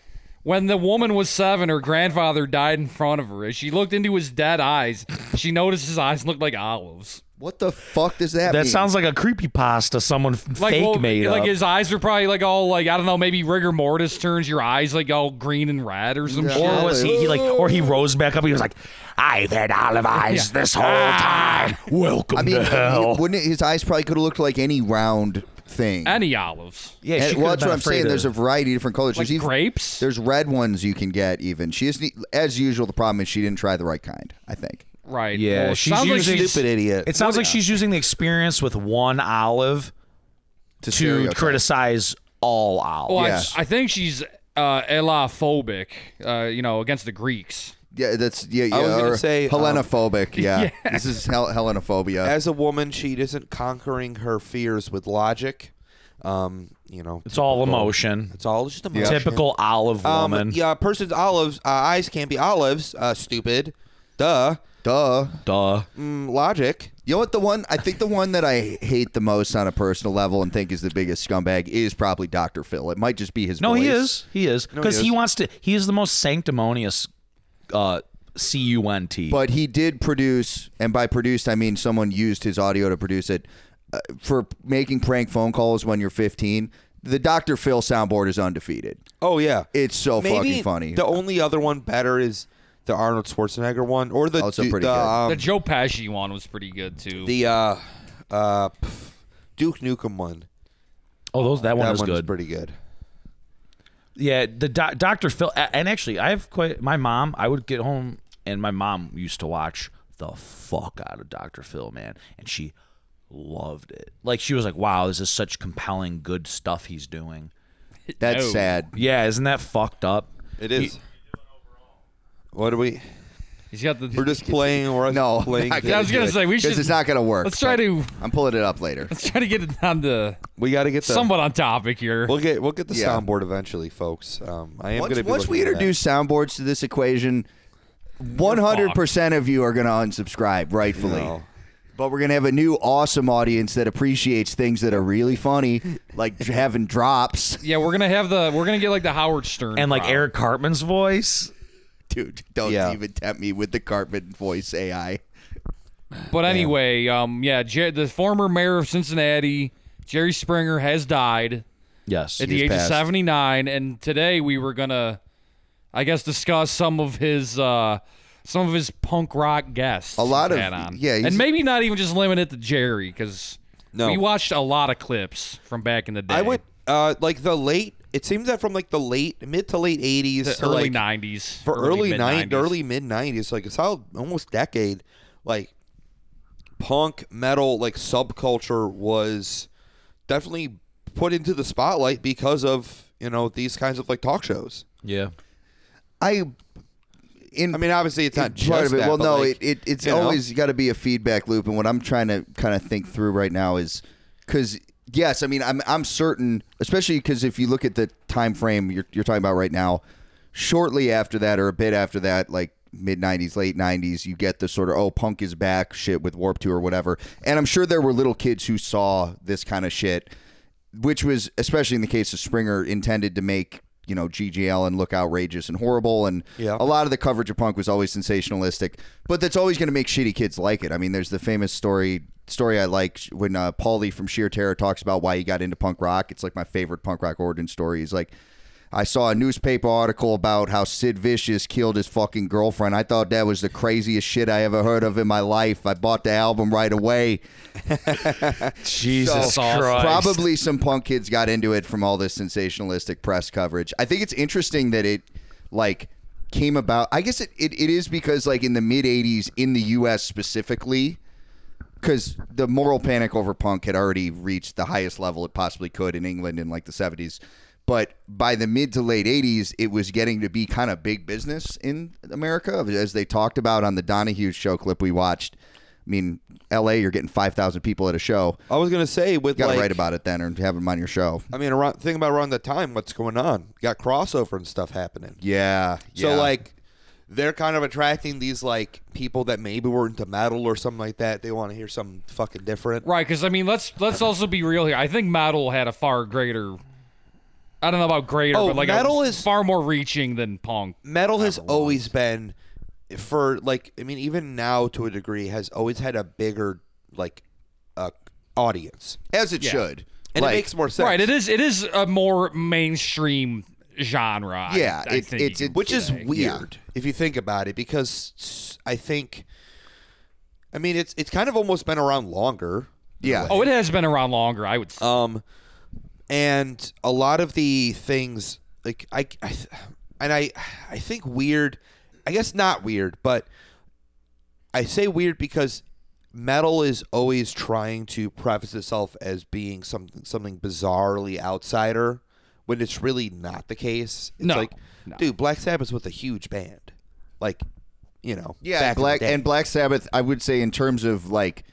S2: When the woman was seven, her grandfather died in front of her. As she looked into his dead eyes, she noticed his eyes looked like olives.
S4: What the fuck does that?
S3: that?
S4: mean?
S3: Sounds like a creepy pasta someone f-
S2: Like,
S3: fake
S2: well,
S3: made
S2: like
S3: up.
S2: his eyes were probably like all like I don't know, maybe rigor mortis turns your eyes like all green and red or some shit.
S3: or was he, he like? Or he rose back up. He was like, "I've had olive eyes this whole
S2: Ah.
S3: time. Welcome
S4: I mean,
S3: to hell."
S4: he- wouldn't it, his eyes probably could have looked like any round thing?
S2: Any olives?
S3: yeah,
S4: And-
S3: she could've
S4: well, that's
S3: been
S4: what I'm
S3: afraid
S4: saying.
S3: of-
S4: There's a variety of different colors.
S2: Like
S4: There's even-
S2: grapes?
S4: There's red ones you can get. Even she just need, as usual. The problem is she didn't try the right kind. I think.
S2: Right.
S3: Yeah,
S2: Well, it
S3: she's
S2: sounds like
S3: using-
S2: she's-
S1: Stupid idiot.
S3: It sounds like she's using the experience with one olive to,
S4: stereotype.
S3: criticize all olives.
S2: Well, I-
S4: Yes.
S2: I, think she's uh, elaphobic, uh, you know, against the Greeks.
S4: Yeah, that's yeah. yeah
S1: I was gonna
S4: or
S1: say, um,
S4: Hellenophobic. yeah. this is hel- Hellenophobia.
S1: As a woman, she isn't conquering her fears with logic. Um, you know,
S3: it's all emotion.
S1: It's all just emotion.
S3: Typical olive
S1: Um,
S3: woman.
S1: yeah, a person's olives uh, eyes can't be olives. Uh, stupid. Duh.
S4: Duh.
S3: Duh.
S1: Mm, logic.
S4: You know what? The one I think the one that I hate the most on a personal level and think is the biggest scumbag is probably Dr. Phil. It might just be his.
S3: No, he
S4: voice.
S3: is. He is. Because he, wants to. He is the most sanctimonious uh, C U N T.
S4: But he did produce, and by produced I mean someone used his audio to produce it uh, for making prank phone calls when you're 15. The Dr. Phil soundboard is undefeated.
S1: Oh yeah,
S4: It's so
S1: Maybe
S4: fucking funny.
S1: The only other one better is the Arnold Schwarzenegger one, or the
S4: Also
S1: du-
S4: pretty
S1: the,
S4: good.
S1: um,
S2: The Joe Pesci one was pretty good too.
S1: the uh, uh, pff, Duke Nukem one.
S3: oh, those, that one
S1: that
S3: was
S1: one's
S3: good.
S1: pretty good.
S3: yeah, the doc- Dr. Phil. a- And actually, I have quite. My mom, I would get home, and my mom used to watch the fuck out of Dr. Phil, man. And she loved it. Like, she was like, wow, this is such compelling, good stuff he's doing.
S4: That's
S2: No.
S4: sad.
S3: Yeah, isn't that fucked up?
S1: It is. What do we?
S2: He's got the.
S1: We're just playing. We're
S4: No,
S1: playing.
S4: not
S1: things.
S2: I was gonna
S4: do it,
S2: say, we
S4: 'cause
S2: should-
S4: It's not gonna work.
S2: Let's try
S4: but
S2: to-
S4: I'm pulling it up later.
S2: Let's try to get it on the
S1: we got to get the.
S2: somewhat on topic here.
S1: We'll get we'll get the
S4: Yeah.
S1: soundboard eventually, folks. Um, I am
S4: Once,
S1: gonna be
S4: once
S1: looking
S4: we
S1: at that.
S4: introduce soundboards to this equation, 100% of you are going to unsubscribe, rightfully.
S1: No.
S4: But we're going to have a new awesome audience that appreciates things that are really funny, like having drops.
S2: yeah, we're gonna have the. We're gonna get like the Howard Stern
S3: And like
S2: crowd.
S3: Eric Cartman's voice.
S4: Dude, don't
S1: Yeah.
S4: even tempt me with the Cartman voice AI.
S2: But anyway, um, yeah, Jer- the former mayor of Cincinnati, Jerry Springer, has died
S3: Yes.
S2: at the age
S4: passed.
S2: of 79 and today we were gonna i guess discuss some of his uh some of his punk rock guests
S4: A lot
S2: he's
S4: of-
S2: had on.
S4: yeah, he's-
S2: and maybe not even just limit it to jerry because
S1: No.
S2: we watched a lot of clips from back in the day
S1: I went uh, like the late. It seems that from like the late mid to late eighties,
S2: the early 90s
S1: for early nine,
S2: mid-nineties.
S1: early mid nineties, like a solid almost decade, like punk metal like subculture was definitely put into the spotlight because of you know these kinds of like talk shows.
S3: Yeah.
S4: I. In
S1: I mean, obviously it's not just
S4: part of it.
S1: that,
S4: well,
S1: but,
S4: no,
S1: like,
S4: it, it it's
S1: you know.
S4: always got to be a feedback loop. And what I'm trying to kind of think through right now is because yes, I mean I'm I'm certain, especially because if you look at the time frame you're you're talking about right now, shortly after that or a bit after that, like mid 90s, late 90s, you get the sort of, oh, punk is back shit with Warp Tour or whatever. And I'm sure there were little kids who saw this kind of shit, which was, especially in the case of Springer, intended to make, you know, GG Allen look outrageous and horrible. And
S1: Yeah.
S4: a lot of the coverage of punk was always sensationalistic, but that's always going to make shitty kids like it. I mean, there's the famous story. Story I like when uh, Paulie from Sheer Terror talks about why he got into punk rock. It's like my favorite punk rock origin story. He's like, I saw a newspaper article about how Sid Vicious killed his fucking girlfriend. I thought that was the craziest shit I ever heard of in my life. I bought the album right away.
S3: Jesus
S2: So-
S3: Christ.
S4: Probably some punk kids got into it from all this sensationalistic press coverage. I think it's interesting that it like came about. I guess it, it, it is because like in the mid 80s in the US specifically, because the moral panic over punk had already reached the highest level it possibly could in England in like the 70s. But by the mid to late 80s, it was getting to be kind of big business in America, as they talked about on the Donahue show clip we watched. I mean, LA, you're getting 5,000 people at a show.
S1: I was gonna say with
S4: You got to
S1: like,
S4: write about it then or have them on your show.
S1: I mean, around think about around the time what's going on. You got crossover and stuff happening.
S4: Yeah.
S1: So like they're kind of attracting these like people that maybe were into metal or something like that. They want to hear something fucking different.
S2: Right, because I mean, let's let's also be real here. I think metal had a far greater. I don't know about greater,
S1: Oh,
S2: but like
S1: metal
S2: a,
S1: is-
S2: far more reaching than punk.
S1: Metal has always been for like I mean even now to a degree has always had a bigger like uh, audience.
S4: as it should.
S1: And
S4: Like,
S1: it makes more sense.
S2: Right, it is it is a more mainstream genre. I-
S4: Yeah,
S2: I,
S4: it-
S2: think
S4: it's-
S2: you
S4: it-
S2: can
S1: which is
S2: say.
S1: weird if you think about it because s- I think I mean it's it's kind of almost been around longer.
S4: Yeah.
S2: Oh, it has been around longer. I would. say.
S1: Um, and a lot of the things like I, I and I, I think weird. I guess not weird, but I say weird because metal is always trying to preface itself as being something something bizarrely outsider when it's really not the case. It's
S2: No,
S1: like,
S2: no.
S1: dude, Black Sabbath was a huge band, like, you know,
S4: yeah.
S1: back in the
S4: Black
S1: day.
S4: and Black Sabbath, I would say in terms of like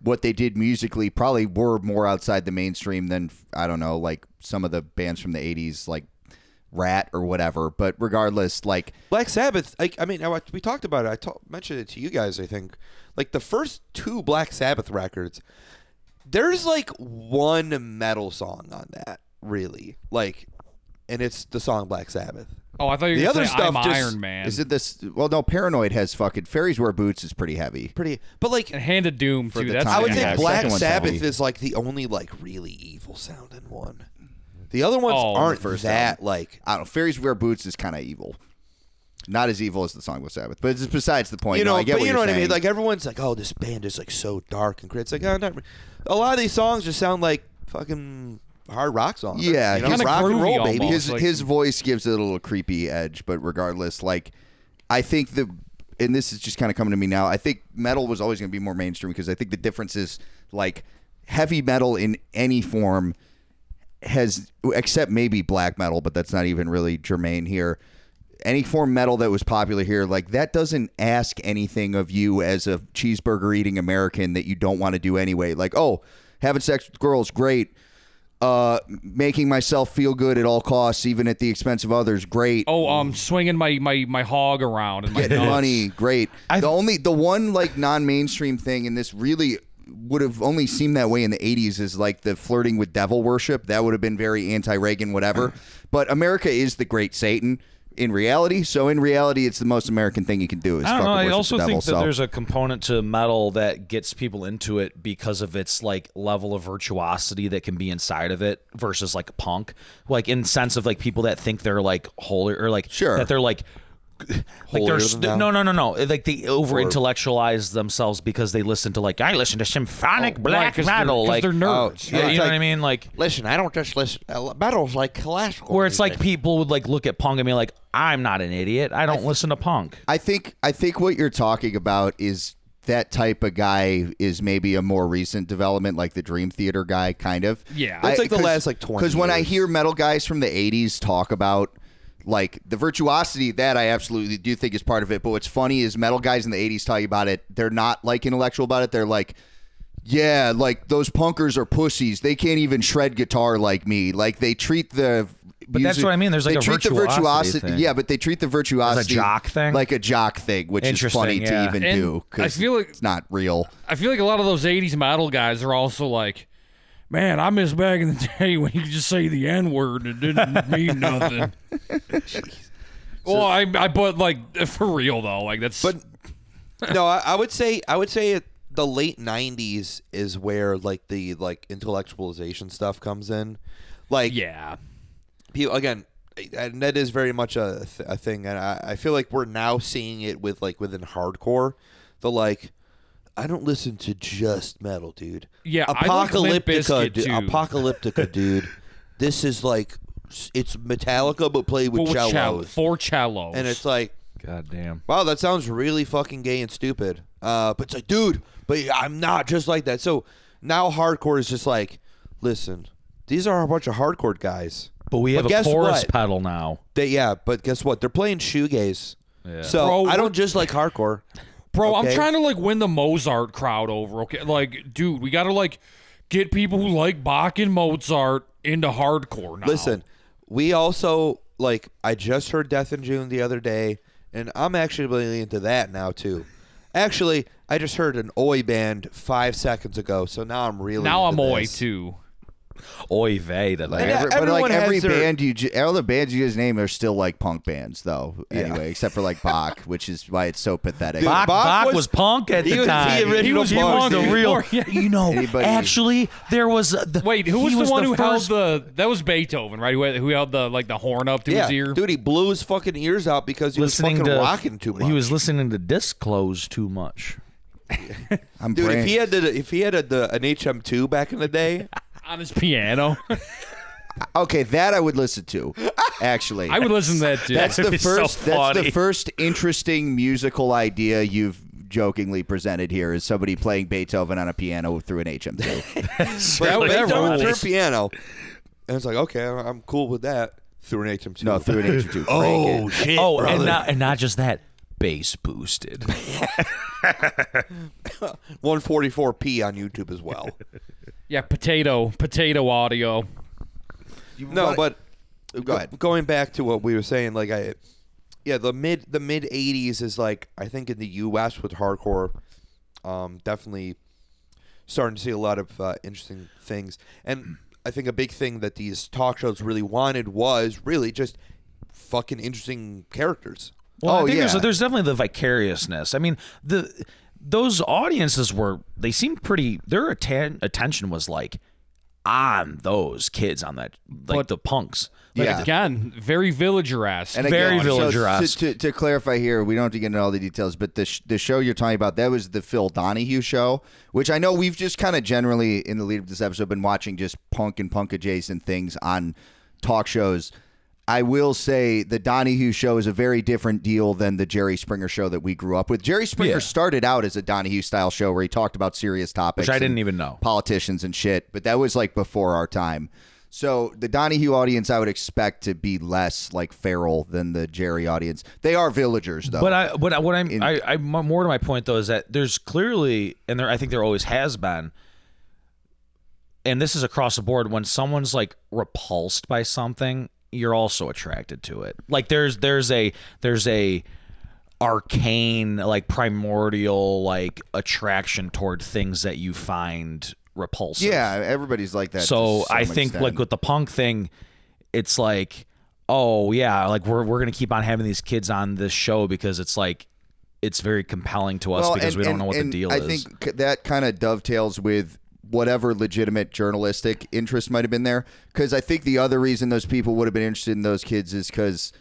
S4: what they did musically, probably were more outside the mainstream than I don't know, like some of the bands from the '80s, like Rat or whatever. But regardless, like
S1: Black Sabbath. I, I mean, I, we talked about it. I ta- mentioned it to you guys. I think, like the first two Black Sabbath records, there's like one metal song on that, really. Like, and it's the song Black Sabbath.
S2: Oh, I thought you were
S1: the
S2: gonna
S1: other
S2: say,
S1: stuff
S2: I'm
S1: just-
S2: Iron Man.
S4: is it this? Well, no, Paranoid has fucking fairies wear boots is pretty heavy.
S1: Pretty, but like,
S2: and Hand of Doom
S4: For
S2: too.
S4: the
S2: That's
S4: time,
S1: I would
S4: yeah,
S1: say
S4: the
S1: Black
S4: second one's
S1: Sabbath
S4: heavy.
S1: is like the only like really evil sounding one. The other ones
S2: Oh, the
S1: aren't
S4: first
S1: that
S4: album.
S1: like.
S4: I don't know. Fairies wear boots is kind of evil. Not as evil as the song with Sabbath, but it's besides the point.
S1: You know,
S4: no, I get
S1: but
S4: what
S1: you
S4: you're
S1: know what I
S4: saying.
S1: mean. Like everyone's like, "Oh, this band is like so dark and crazy." It's like, oh, not, re-" a lot of these songs just sound like fucking hard rock songs.
S4: Yeah,
S1: you know?
S4: he's
S1: rock and
S2: groovy
S1: roll, baby.
S2: almost.
S4: his
S2: like-
S4: his voice gives it a little creepy edge, but regardless, like I think the and this is just kind of coming to me now. I think metal was always going to be more mainstream because I think the difference is like heavy metal in any form has except maybe black metal, but that's not even really germane here. Any form of metal that was popular here, like that doesn't ask anything of you as a cheeseburger eating American that you don't want to do anyway. Like, oh, having sex with girls, great. Uh, making myself feel good at all costs, even at the expense of others, great.
S2: Oh, um, swinging my my my hog around and my
S4: Getting
S2: nuts.
S4: money, great. the only the one like non-mainstream thing, and this really would have only seemed that way in the 80s is like the flirting with devil worship. That would have been very anti-Reagan whatever. but America is the great Satan in reality. So in reality it's the most American thing you can do is
S3: I don't
S4: fucking
S3: know. I
S4: worship
S3: also
S4: the devil.
S3: think that
S4: so
S3: there's a component to metal that gets people into it because of its like level of virtuosity that can be inside of it versus like punk, like in sense of like people that think they're like holy or like
S4: Sure.
S3: that they're like. Like
S1: Holier
S3: they're
S1: than
S3: no
S1: thou?
S3: no no no like they over intellectualize themselves because they listen to like I listen to symphonic black
S2: Oh, 'cause they're-
S3: metal
S2: 'cause
S3: like
S2: they're nerds.
S3: yeah,
S2: Yeah,
S3: you
S2: it's
S3: know
S2: like-
S3: what I mean like
S1: Listen, I don't just listen. uh, Metal's like classical.
S3: where it's like
S1: music.
S3: people would like look at punk and be like I'm not an idiot I don't listen to punk
S4: I think I think what you're talking about is that type of guy is maybe a more recent development, like the Dream Theater guy, kind of.
S2: Yeah.
S1: That's like the last, like, 20
S4: Because when I
S1: years.
S4: hear metal guys from the '80s talk about like the virtuosity, that I absolutely do think is part of it. But what's funny is metal guys in the '80s talking about it. They're not like intellectual about it. They're like. Yeah, like those punkers are pussies. They can't even shred guitar like me. Like they treat the
S3: But that's
S4: usually-
S3: what I mean. There's like
S4: they
S3: a
S4: treat the
S3: virtuosity
S4: virtuosity,
S3: thing.
S4: yeah, but they treat the virtuosity
S3: jock thing?
S4: like a jock thing, which is
S3: Interesting,
S4: funny to
S3: yeah.
S4: even
S2: And
S4: do
S2: I feel like-
S4: it's not real.
S2: I feel like a lot of those '80s model guys are also like, "Man, I miss back in the day when you could just say the N word; it didn't mean nothing." well, I, I, but like for real though, like that's.
S1: But no, I, I would say I would say it, the late '90s is where like the like intellectualization stuff comes in. Like
S2: yeah,
S1: people again, and that is very much a, th- a thing, and I, I feel like we're now seeing it with like within hardcore, the like. I don't listen to just metal, dude.
S2: Yeah, I like Limp
S1: apocalyptica,
S2: Bizkit,
S1: dude.
S2: too.
S1: apocalyptica, dude. This is like s- it's Metallica, but played with
S2: But with
S1: cellos,
S2: cello, four cellos,
S1: and it's like
S3: God damn.
S1: Wow, that sounds really fucking gay and stupid. Uh, but it's like, dude, but I'm not just like that. So now hardcore is just like, listen, these are a bunch of hardcore guys.
S3: But we have a
S1: guess
S3: chorus
S1: what?
S3: pedal now.
S1: They yeah, but guess what? They're playing shoegaze. So I
S2: Bro, what-
S1: don't just like hardcore.
S2: bro.
S1: okay.
S2: I'm trying to like win the Mozart crowd over. Okay, like dude, we gotta like get people who like Bach and Mozart into hardcore now.
S1: Listen, we also like I just heard Death in June the other day, and I'm actually really into that now too. Actually, I just heard an Oi band five seconds ago, so now I'm really
S2: now I'm
S1: into
S2: oi
S1: this.
S2: too.
S3: Oy vey, that like
S1: Yeah,
S4: Every- but
S1: everyone
S4: like
S1: has
S4: every
S1: their-
S4: band you, ju- all the bands you guys name are still like punk bands though. Anyway, except for like Bach, which is why it's so pathetic.
S1: Dude,
S3: Bach,
S1: Bach
S3: Bach
S1: was-
S3: was, punk at
S1: he
S3: the
S1: was the
S3: time.
S1: original
S3: he was he
S1: punk,
S3: was the
S1: dude.
S3: real.
S2: Yeah.
S3: You know,
S4: Anybody-
S3: actually, there was the,
S2: Wait, who was
S3: he
S2: the one who
S3: first-
S2: held the? That was Beethoven, right? Who, had- who held the like the horn up to his ear?
S1: Dude, he blew his fucking ears out because he
S3: listening
S1: was fucking
S3: to
S1: rocking too much.
S3: He was listening to Disclose too much.
S4: I'm
S1: Dude,
S4: brain-
S1: if he had the, if he had a, the, an HM2 back in the day,
S2: on his piano.
S4: okay, that I would listen to. Actually,
S2: I would listen to that too.
S4: That's
S3: That'd
S4: the
S3: be so
S4: first. that's the
S3: funny.
S4: first interesting musical idea you've jokingly presented here is somebody playing Beethoven on a piano through an HM2.
S1: but
S2: That- that
S1: Beethoven through
S2: rules.
S1: piano, and it's like, okay, I'm- I'm cool with that through an HM2.
S4: no, through an HM2.
S1: oh shit,
S3: Oh,
S1: brother.
S3: and not and not just that, bass boosted.
S1: 144p on YouTube as well.
S2: yeah, potato, potato audio.
S1: no, but go-
S4: ahead.
S1: Going back to what we were saying, like I, yeah, the mid the mid '80s is like I think in the U.S. with hardcore, um, definitely starting to see a lot of uh, interesting things, and I think a big thing that these talk shows really wanted was really just fucking interesting characters.
S3: Well, I
S4: Oh,
S3: think
S4: yeah.
S3: there's, there's definitely the vicariousness. I mean, the those audiences were they seemed pretty. Their atten- attention was like on those kids on that, like
S2: But-
S3: the punks. Like,
S4: yeah.
S2: Again, very villager ass.
S4: And
S3: Very
S4: so
S3: villager-esque.
S4: to, to, to clarify here, we don't have to get into all the details, but the, sh- the show you're talking about, that was the Phil Donahue show, which I know we've just kind of generally, in the lead up to this episode, been watching just punk and punk adjacent things on talk shows. I will say the Donahue show is a very different deal than the Jerry Springer show that we grew up with. Jerry Springer
S3: Yeah.
S4: started out as a Donahue style show where he talked about serious topics.
S3: I didn't
S4: and
S3: even know.
S4: politicians and shit, but that was like before our time. So the Donahue audience, I would expect to be less like feral than the Jerry audience. They are villagers, though.
S3: But I, but I, what I'm, I, I, more to my point though is that there's clearly, and there, I think there always has been, and this is across the board. When someone's like repulsed by something, you're also attracted to it. Like there's, there's a, there's a arcane, like primordial, like attraction toward things that you find repulsive
S4: yeah, everybody's like that. to
S3: so
S4: some
S3: I think
S4: extent.
S3: like with the punk thing, it's like, oh yeah, like we're we're gonna keep on having these kids on this show because it's like it's very compelling to us because
S4: and-
S3: we don't
S4: and-
S3: know what
S4: and
S3: the deal
S4: I
S3: is.
S4: think c- that kind of dovetails with whatever legitimate journalistic interest might have been there. Because I think the other reason those people would have been interested in those kids is because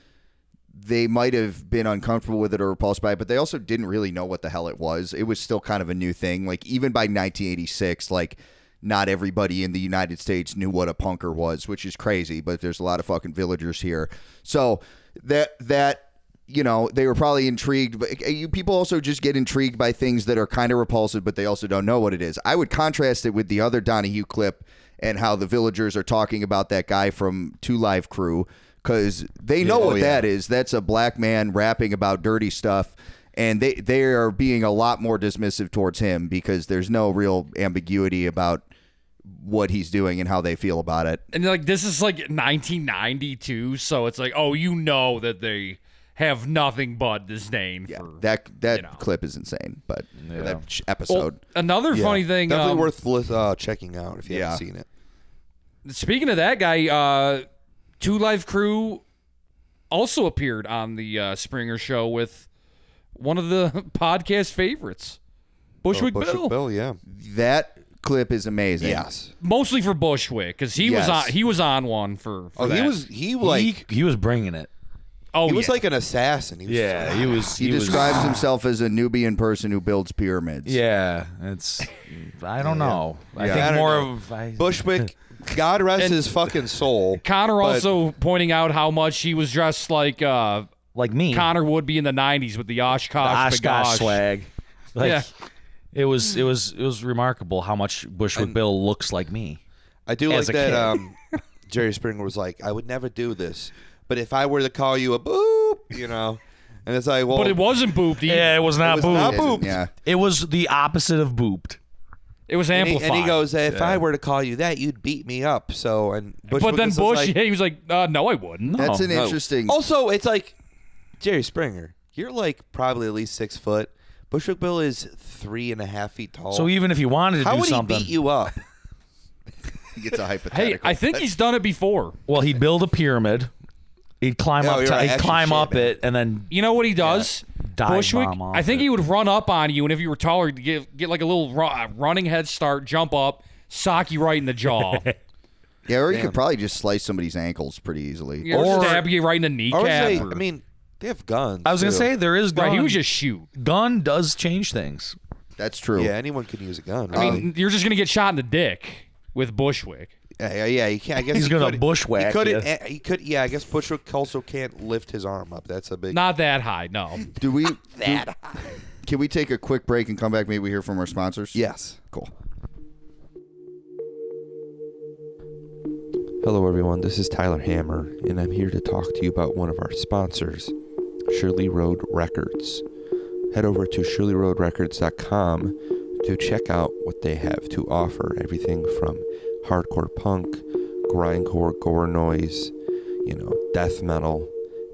S4: they might have been uncomfortable with it or repulsed by it, but they also didn't really know what the hell it was. It was still kind of a new thing. Like even by 1986, like not everybody in the United States knew what a punker was, which is crazy. But there's a lot of fucking villagers here, so that that you know they were probably intrigued. But eh, you people also just get intrigued by things that are kind of repulsive, but they also don't know what it is. I would contrast it with the other Donahue clip and how the villagers are talking about that guy from Two Live Crew because they know what that is. That's a black man rapping about dirty stuff, and they they are being a lot more dismissive towards him because there's no real ambiguity about what he's doing and how they feel about it.
S2: and like this is like 1992, so it's like, oh, you know that they have nothing but disdain
S4: Yeah,
S2: for
S4: that that
S2: know.
S4: clip is insane, but or that sh-
S2: Well,
S4: episode.
S2: another
S1: Yeah.
S2: funny thing.
S1: Definitely
S2: um,
S1: worth worth uh, checking out if you haven't
S4: Yeah.
S1: seen it.
S2: Speaking of that guy, uh, Two Live Crew also appeared on the uh, Springer Show with one of the podcast favorites, Bushwick,
S1: Oh, Bushwick
S2: Bill.
S1: Bill, yeah.
S4: that clip is amazing.
S1: Yes.
S2: mostly for Bushwick because he
S4: Yes.
S2: was on he was on one for. for
S1: Oh, he
S2: that.
S1: was he like he,
S3: he, he was bringing it.
S2: Oh,
S1: was
S2: yeah.
S1: like an assassin. He was
S3: Yeah, he was.
S4: He, describes himself as a Nubian person who builds pyramids.
S3: Yeah, it's. I don't know. I
S4: Yeah.
S3: think
S4: I
S1: don't
S3: more
S1: know.
S3: of I,
S1: Bushwick. God rest his fucking soul.
S2: Connor
S1: but-
S2: also pointing out how much he was dressed like
S1: Hmm.
S2: uh,
S3: like me.
S2: Connor would be in the '90s with the
S3: the
S2: Oshkosh,
S3: Oshkosh
S2: bagosh.
S3: swag. Like,
S2: Yeah.
S3: It was it was it was remarkable how much Bushwick Bill looks like me.
S1: I do like
S3: as a
S1: that.
S3: kid.
S1: Um, Jerry Springer was like, I would never do this, but if I were to call you a boop, you know, and it's like, well,
S2: But it wasn't booped. He,
S3: Yeah, it was not
S1: was
S3: booped.
S1: not
S4: It isn't,
S1: booped.
S4: Yeah.
S3: It was the opposite of booped.
S2: It was
S1: And he,
S2: amplified.
S1: and he goes, if I were to call you that, you'd beat me up. So and Bushwick
S2: but then
S1: was
S2: Bush,
S1: like-
S2: yeah, he was like, uh, "No, I wouldn't."
S4: That's an
S1: No.
S4: interesting.
S1: Also, it's like Jerry Springer. You're like probably at least six foot. Bushwick Bill is three and a half feet tall.
S4: Oh.
S3: So even if you wanted to
S1: how
S3: do
S1: would
S3: something,
S1: he beat you up?
S4: it's a
S2: Hey,
S4: hypothetical.
S2: I think he's done it before.
S3: well, he'd build a pyramid. He'd climb
S1: Oh,
S3: up.
S1: you're
S3: To,
S1: right,
S3: he'd
S1: actually
S3: climb
S1: shit,
S3: up
S1: man.
S3: it, and then
S2: You know what he does?
S3: Dive
S2: Bushwick,
S3: bomb off
S2: I think
S3: it.
S2: he would run up on you, and if you were taller, he'd get, get like a little ru- uh, running head start, jump up, sock you right in the jaw,
S4: yeah, or you could probably just slice somebody's ankles pretty easily.
S2: You know,
S3: Or-
S2: stab you right in the
S1: I
S2: kneecap.
S1: would say,
S2: or-
S1: I mean, they have guns.
S3: I was gonna
S1: too.
S3: say there is gun.
S2: right, he would just shoot.
S3: gun does change things.
S4: That's true.
S1: yeah, anyone can use a gun.
S2: I
S1: really.
S2: mean, you're just gonna get shot in the dick with Bushwick.
S1: Yeah, yeah, yeah. He can't, I guess
S3: He's
S1: he
S3: gonna
S1: could,
S3: bushwhack
S1: He couldn't.
S3: ya.
S1: eh, He could. Yeah, I guess Bushwick also can't lift his arm up. That's a big.
S2: Not that high, no.
S4: Do we? that. Can we take a quick break and come back? Maybe we hear from our sponsors.
S1: Yes.
S4: Cool.
S1: Hello, everyone. This is Tyler Hammer, and I'm here to talk to you about one of our sponsors, Shirley Road Records. Head over to shirleyroadrecords.com to check out what they have to offer. Everything from hardcore punk, grindcore, gore noise, you know, death metal.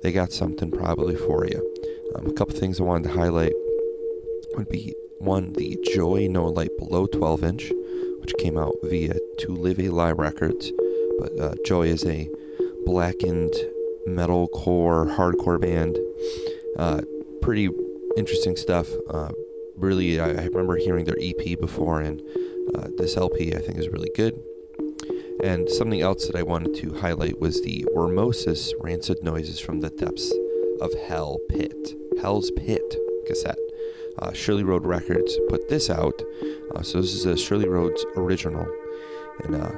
S1: They got something probably for you. Um, a couple things I wanted to highlight would be one, the Joy No Light Below 12 inch, which came out via To Live a Lie Records. But uh, Joy is a blackened metalcore, hardcore band. Uh, pretty interesting stuff. Uh, really, I, I remember hearing their EP before, and uh, this LP I think is really good. And something else that I wanted to highlight was the Wormosis Rancid Noises from the Depths of Hell Pit. Hell's Pit cassette. Uh, Shirley Road Records put this out. Uh, so this is a Shirley Road's original. And uh,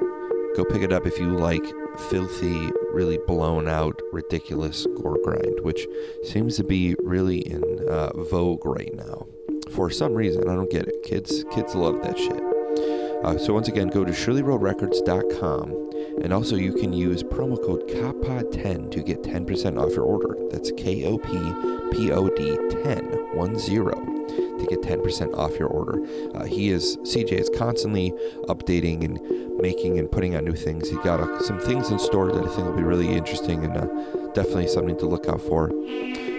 S1: go pick it up if you like filthy, really blown out, ridiculous gore grind, which seems to be really in uh, vogue right now. For some reason, I don't get it. Kids, kids love that shit. Uh, so once again, go to shirleyroadrecords.com, and also you can use promo code COPPOD10 to get 10% off your order. That's K-O-P-P-O-D 10, 1 0, to get 10% off your order. Uh, he is, CJ is constantly updating and making and putting out new things. He got uh, some things in store that I think will be really interesting and uh, definitely something to look out for.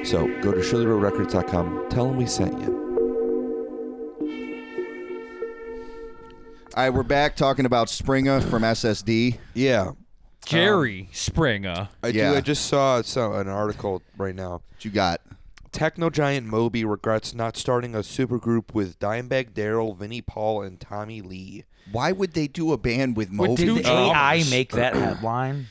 S1: So go to shirleyroadrecords.com, tell him we sent you.
S4: All right, we're back talking about Springa from SSD.
S1: Yeah,
S2: Jerry Springer.
S1: I
S4: do- Yeah. I
S1: just saw some, an article right now.
S4: What you got?
S1: Techno giant Moby regrets not starting a supergroup with Dimebag Daryl, Vinnie Paul, and Tommy Lee.
S4: Why would they do a band with Uh, Moby?
S2: two
S3: Did
S2: Oh.
S3: AI make that headline?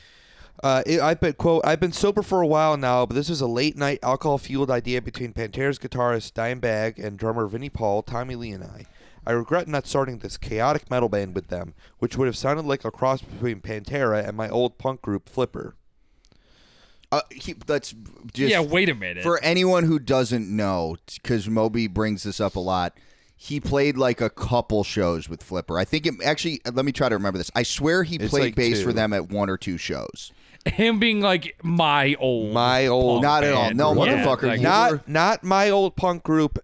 S1: Uh, it, I've been quote I've been sober for a while now, but this is a late night alcohol fueled idea between Pantera's guitarist Dimebag and drummer Vinnie Paul, Tommy Lee, and I. I regret not starting this chaotic metal band with them, which would have sounded like a cross between Pantera and my old punk group Flipper.
S4: Uh, he, let's just
S2: yeah, wait a minute.
S4: for anyone who doesn't know, because Moby brings this up a lot. He played like a couple shows with Flipper. I think it actually. uh, Let me try to remember this. I swear he
S1: It's
S4: played
S1: like
S4: bass
S1: two.
S4: for them at one or two shows.
S2: Him being like my old
S1: My old
S2: punk
S4: Not at all.
S2: band
S4: No,
S2: or whatever.
S4: motherfucker.
S2: Oh, Like,
S4: You
S1: not
S4: were-
S1: not my old punk group,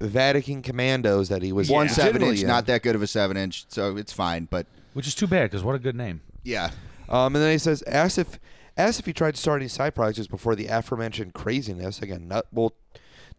S1: Vatican Commandos that he was
S4: One
S1: legitimately
S4: seven inch,
S1: in.
S4: not that good of a seven inch, so it's fine. But
S3: Which is too bad because what a good name.
S4: Yeah.
S1: Um, and then he says, ask if ask if he tried to start any side projects before the aforementioned craziness. Again, not, well,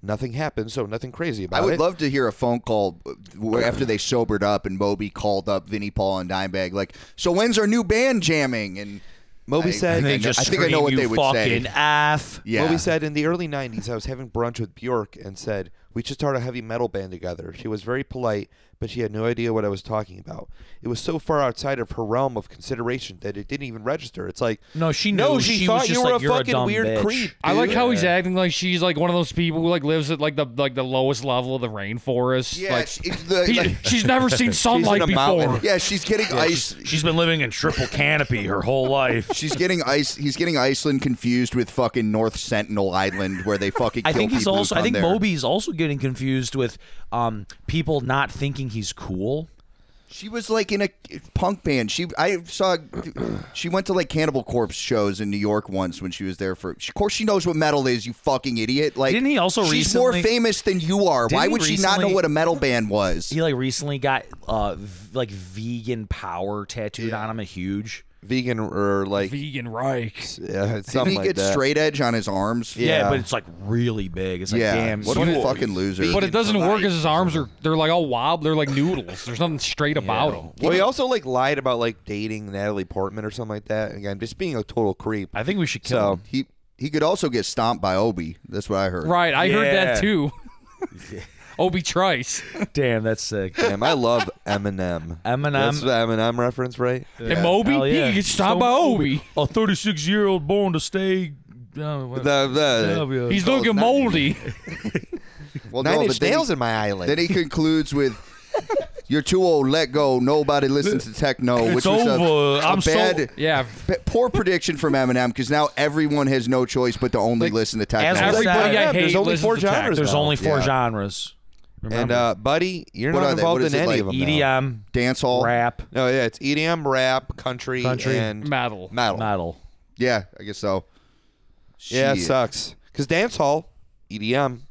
S1: nothing happened, so nothing crazy about
S4: I
S1: it.
S4: would love to hear a phone call where after they sobered up and Moby called up Vinnie Paul and Dimebag like, "So when's our new band jamming?" And
S1: Moby
S4: I-
S1: said,
S4: I
S3: They
S4: know-
S3: just
S4: I think I know
S3: scream,
S4: what
S3: "You
S4: they would
S3: fucking
S4: say.
S3: F.
S4: yeah,
S1: Moby said, in the early 90s, I was having brunch with Bjork and said, We should start a heavy metal band together. She was very polite, but she had no idea what I was talking about. It was so far outside of her realm of consideration that it didn't even register. It's like,
S3: No, she
S1: No,
S3: knew.
S1: she,
S3: She
S1: thought
S3: was
S1: you
S3: just
S1: were
S3: like,
S1: a
S3: "You're a
S1: fucking
S3: dumb
S1: weird
S3: bitch."
S1: creep.
S2: I like
S1: dude."
S2: how he's acting like she's like one of those people who like lives at like the like the lowest level of the rainforest.
S4: Yeah,
S2: like,
S4: she- it's the-
S2: he-
S4: like-
S2: she's never seen sunlight
S1: a mountain.
S2: before.
S4: yeah, she's getting ice.
S3: She's been living in triple canopy her whole life.
S4: She's getting ice. He's getting Iceland confused with fucking North Sentinel Island, where they fucking.
S3: I
S4: kill
S3: think he's
S4: people who
S3: also. I
S4: come
S3: think
S4: there.
S3: Moby's also getting confused with um, people not thinking he's cool.
S4: She was like in a punk band. She I saw. She went to like Cannibal Corpse shows in New York once when she was there for. Of course, she knows what metal is. You fucking idiot! Like,
S3: Didn't he also
S4: She's more
S3: recently-
S4: famous than you are.
S3: Didn't
S4: Why
S3: he
S4: would she not know
S3: recently-
S4: what a metal band was?
S3: He like recently got uh, v- like vegan power tattooed on him, a huge.
S1: vegan or like
S2: Vegan Reich.
S1: uh,
S4: Didn't
S1: something
S4: he
S1: like
S4: get
S1: that.
S4: straight edge on his arms?
S3: Yeah,
S1: Yeah.
S3: but it's like really big. It's like
S4: Yeah.
S3: damn.
S4: what
S3: you-
S4: a
S2: you-
S4: fucking loser!
S2: But it doesn't work because his arms are they're like all wobbly. They're like noodles. There's nothing straight about him.
S1: Well, he also like lied about like dating Natalie Portman or something like that. Again, just being a total creep.
S3: I think we should kill
S1: so
S3: him.
S4: He he could also get stomped by Obi. That's what I heard.
S2: Right, I heard that
S3: Yeah.
S2: too. Obi Trice.
S3: Damn, that's sick.
S1: Damn, I love Eminem.
S3: Eminem.
S1: That's the Eminem reference, right?
S2: And Moby,
S3: Hell yeah.
S2: he gets stopped by Obi.
S3: A 36 year old born to stay. Uh,
S1: The,
S3: what-
S1: the
S3: Yeah,
S2: He's
S3: yeah.
S2: looking moldy.
S4: Well,
S1: nine
S4: no,
S1: inch
S4: but then he-
S1: nails in my eyelid.
S4: Then he concludes with, "You're too old. Let go. Nobody listens to techno." which
S3: over.
S4: was a, a
S3: I'm so-
S4: bad,
S2: Yeah.
S4: p- poor prediction from Eminem because now everyone has no choice but to only listen to techno.
S3: as
S4: What
S3: we-
S2: Everybody I
S3: Yeah,
S2: hate
S1: there's only
S2: listens
S1: four
S2: to tech.
S1: genres.
S3: There's
S1: now.
S3: only four
S4: Yeah.
S3: genres.
S1: and
S3: Remember?
S1: uh, buddy, you're
S4: What
S1: not
S4: are they?
S1: involved
S4: What
S1: in
S4: is
S1: any
S4: it like?
S1: of them. now.
S3: EDM,
S4: dance hall.
S3: rap,
S1: No, yeah, it's EDM, rap, country,
S3: Country.
S1: and
S2: Metal.
S1: Metal.
S3: metal.
S4: Yeah, I guess so.
S1: Yeah, uh, it
S4: Shit.
S1: sucks. Because dance hall, EDM,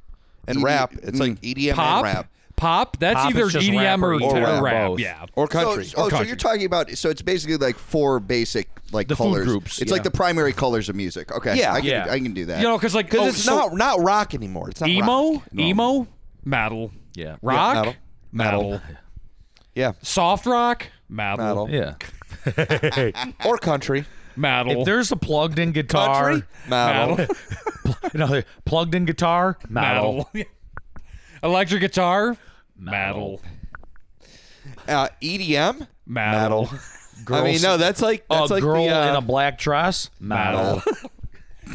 S1: and
S4: ED
S1: rap. It's like EDM
S2: Pop.
S1: and rap.
S2: Pop. That's
S3: Pop is
S2: either
S3: just rap
S2: EDM or,
S3: or
S2: or
S1: rap,
S2: rap.
S3: both.
S2: Yeah.
S1: Or
S4: So-
S1: country.
S4: oh,
S1: or
S4: so
S1: country.
S4: you're talking about so it's basically like four basic like
S3: The food
S4: colors.
S3: groups,
S4: It's
S3: yeah.
S4: like the primary colors of music. Okay,
S1: Yeah.
S4: I can,
S3: Yeah.
S4: I can do that.
S2: You know, because like
S1: Because
S2: oh,
S1: it's
S2: so
S1: not not rock anymore. It's not
S2: emo,
S1: rock.
S2: emo, metal.
S3: Yeah. Yeah,
S2: Rock.
S1: metal.
S2: metal.
S1: Yeah,
S2: Soft rock. Metal.
S1: metal
S3: Yeah.
S1: or country.
S2: Metal.
S3: If there's a plugged in guitar,
S1: Country, metal.
S2: Metal.
S3: pl- no, plugged in guitar, metal.
S2: metal. Electric guitar. Metal.
S1: Uh, EDM,
S2: Metal.
S1: metal. I mean, no, that's like that's
S3: a
S1: like
S3: girl
S1: the, uh,
S3: in a black dress, metal.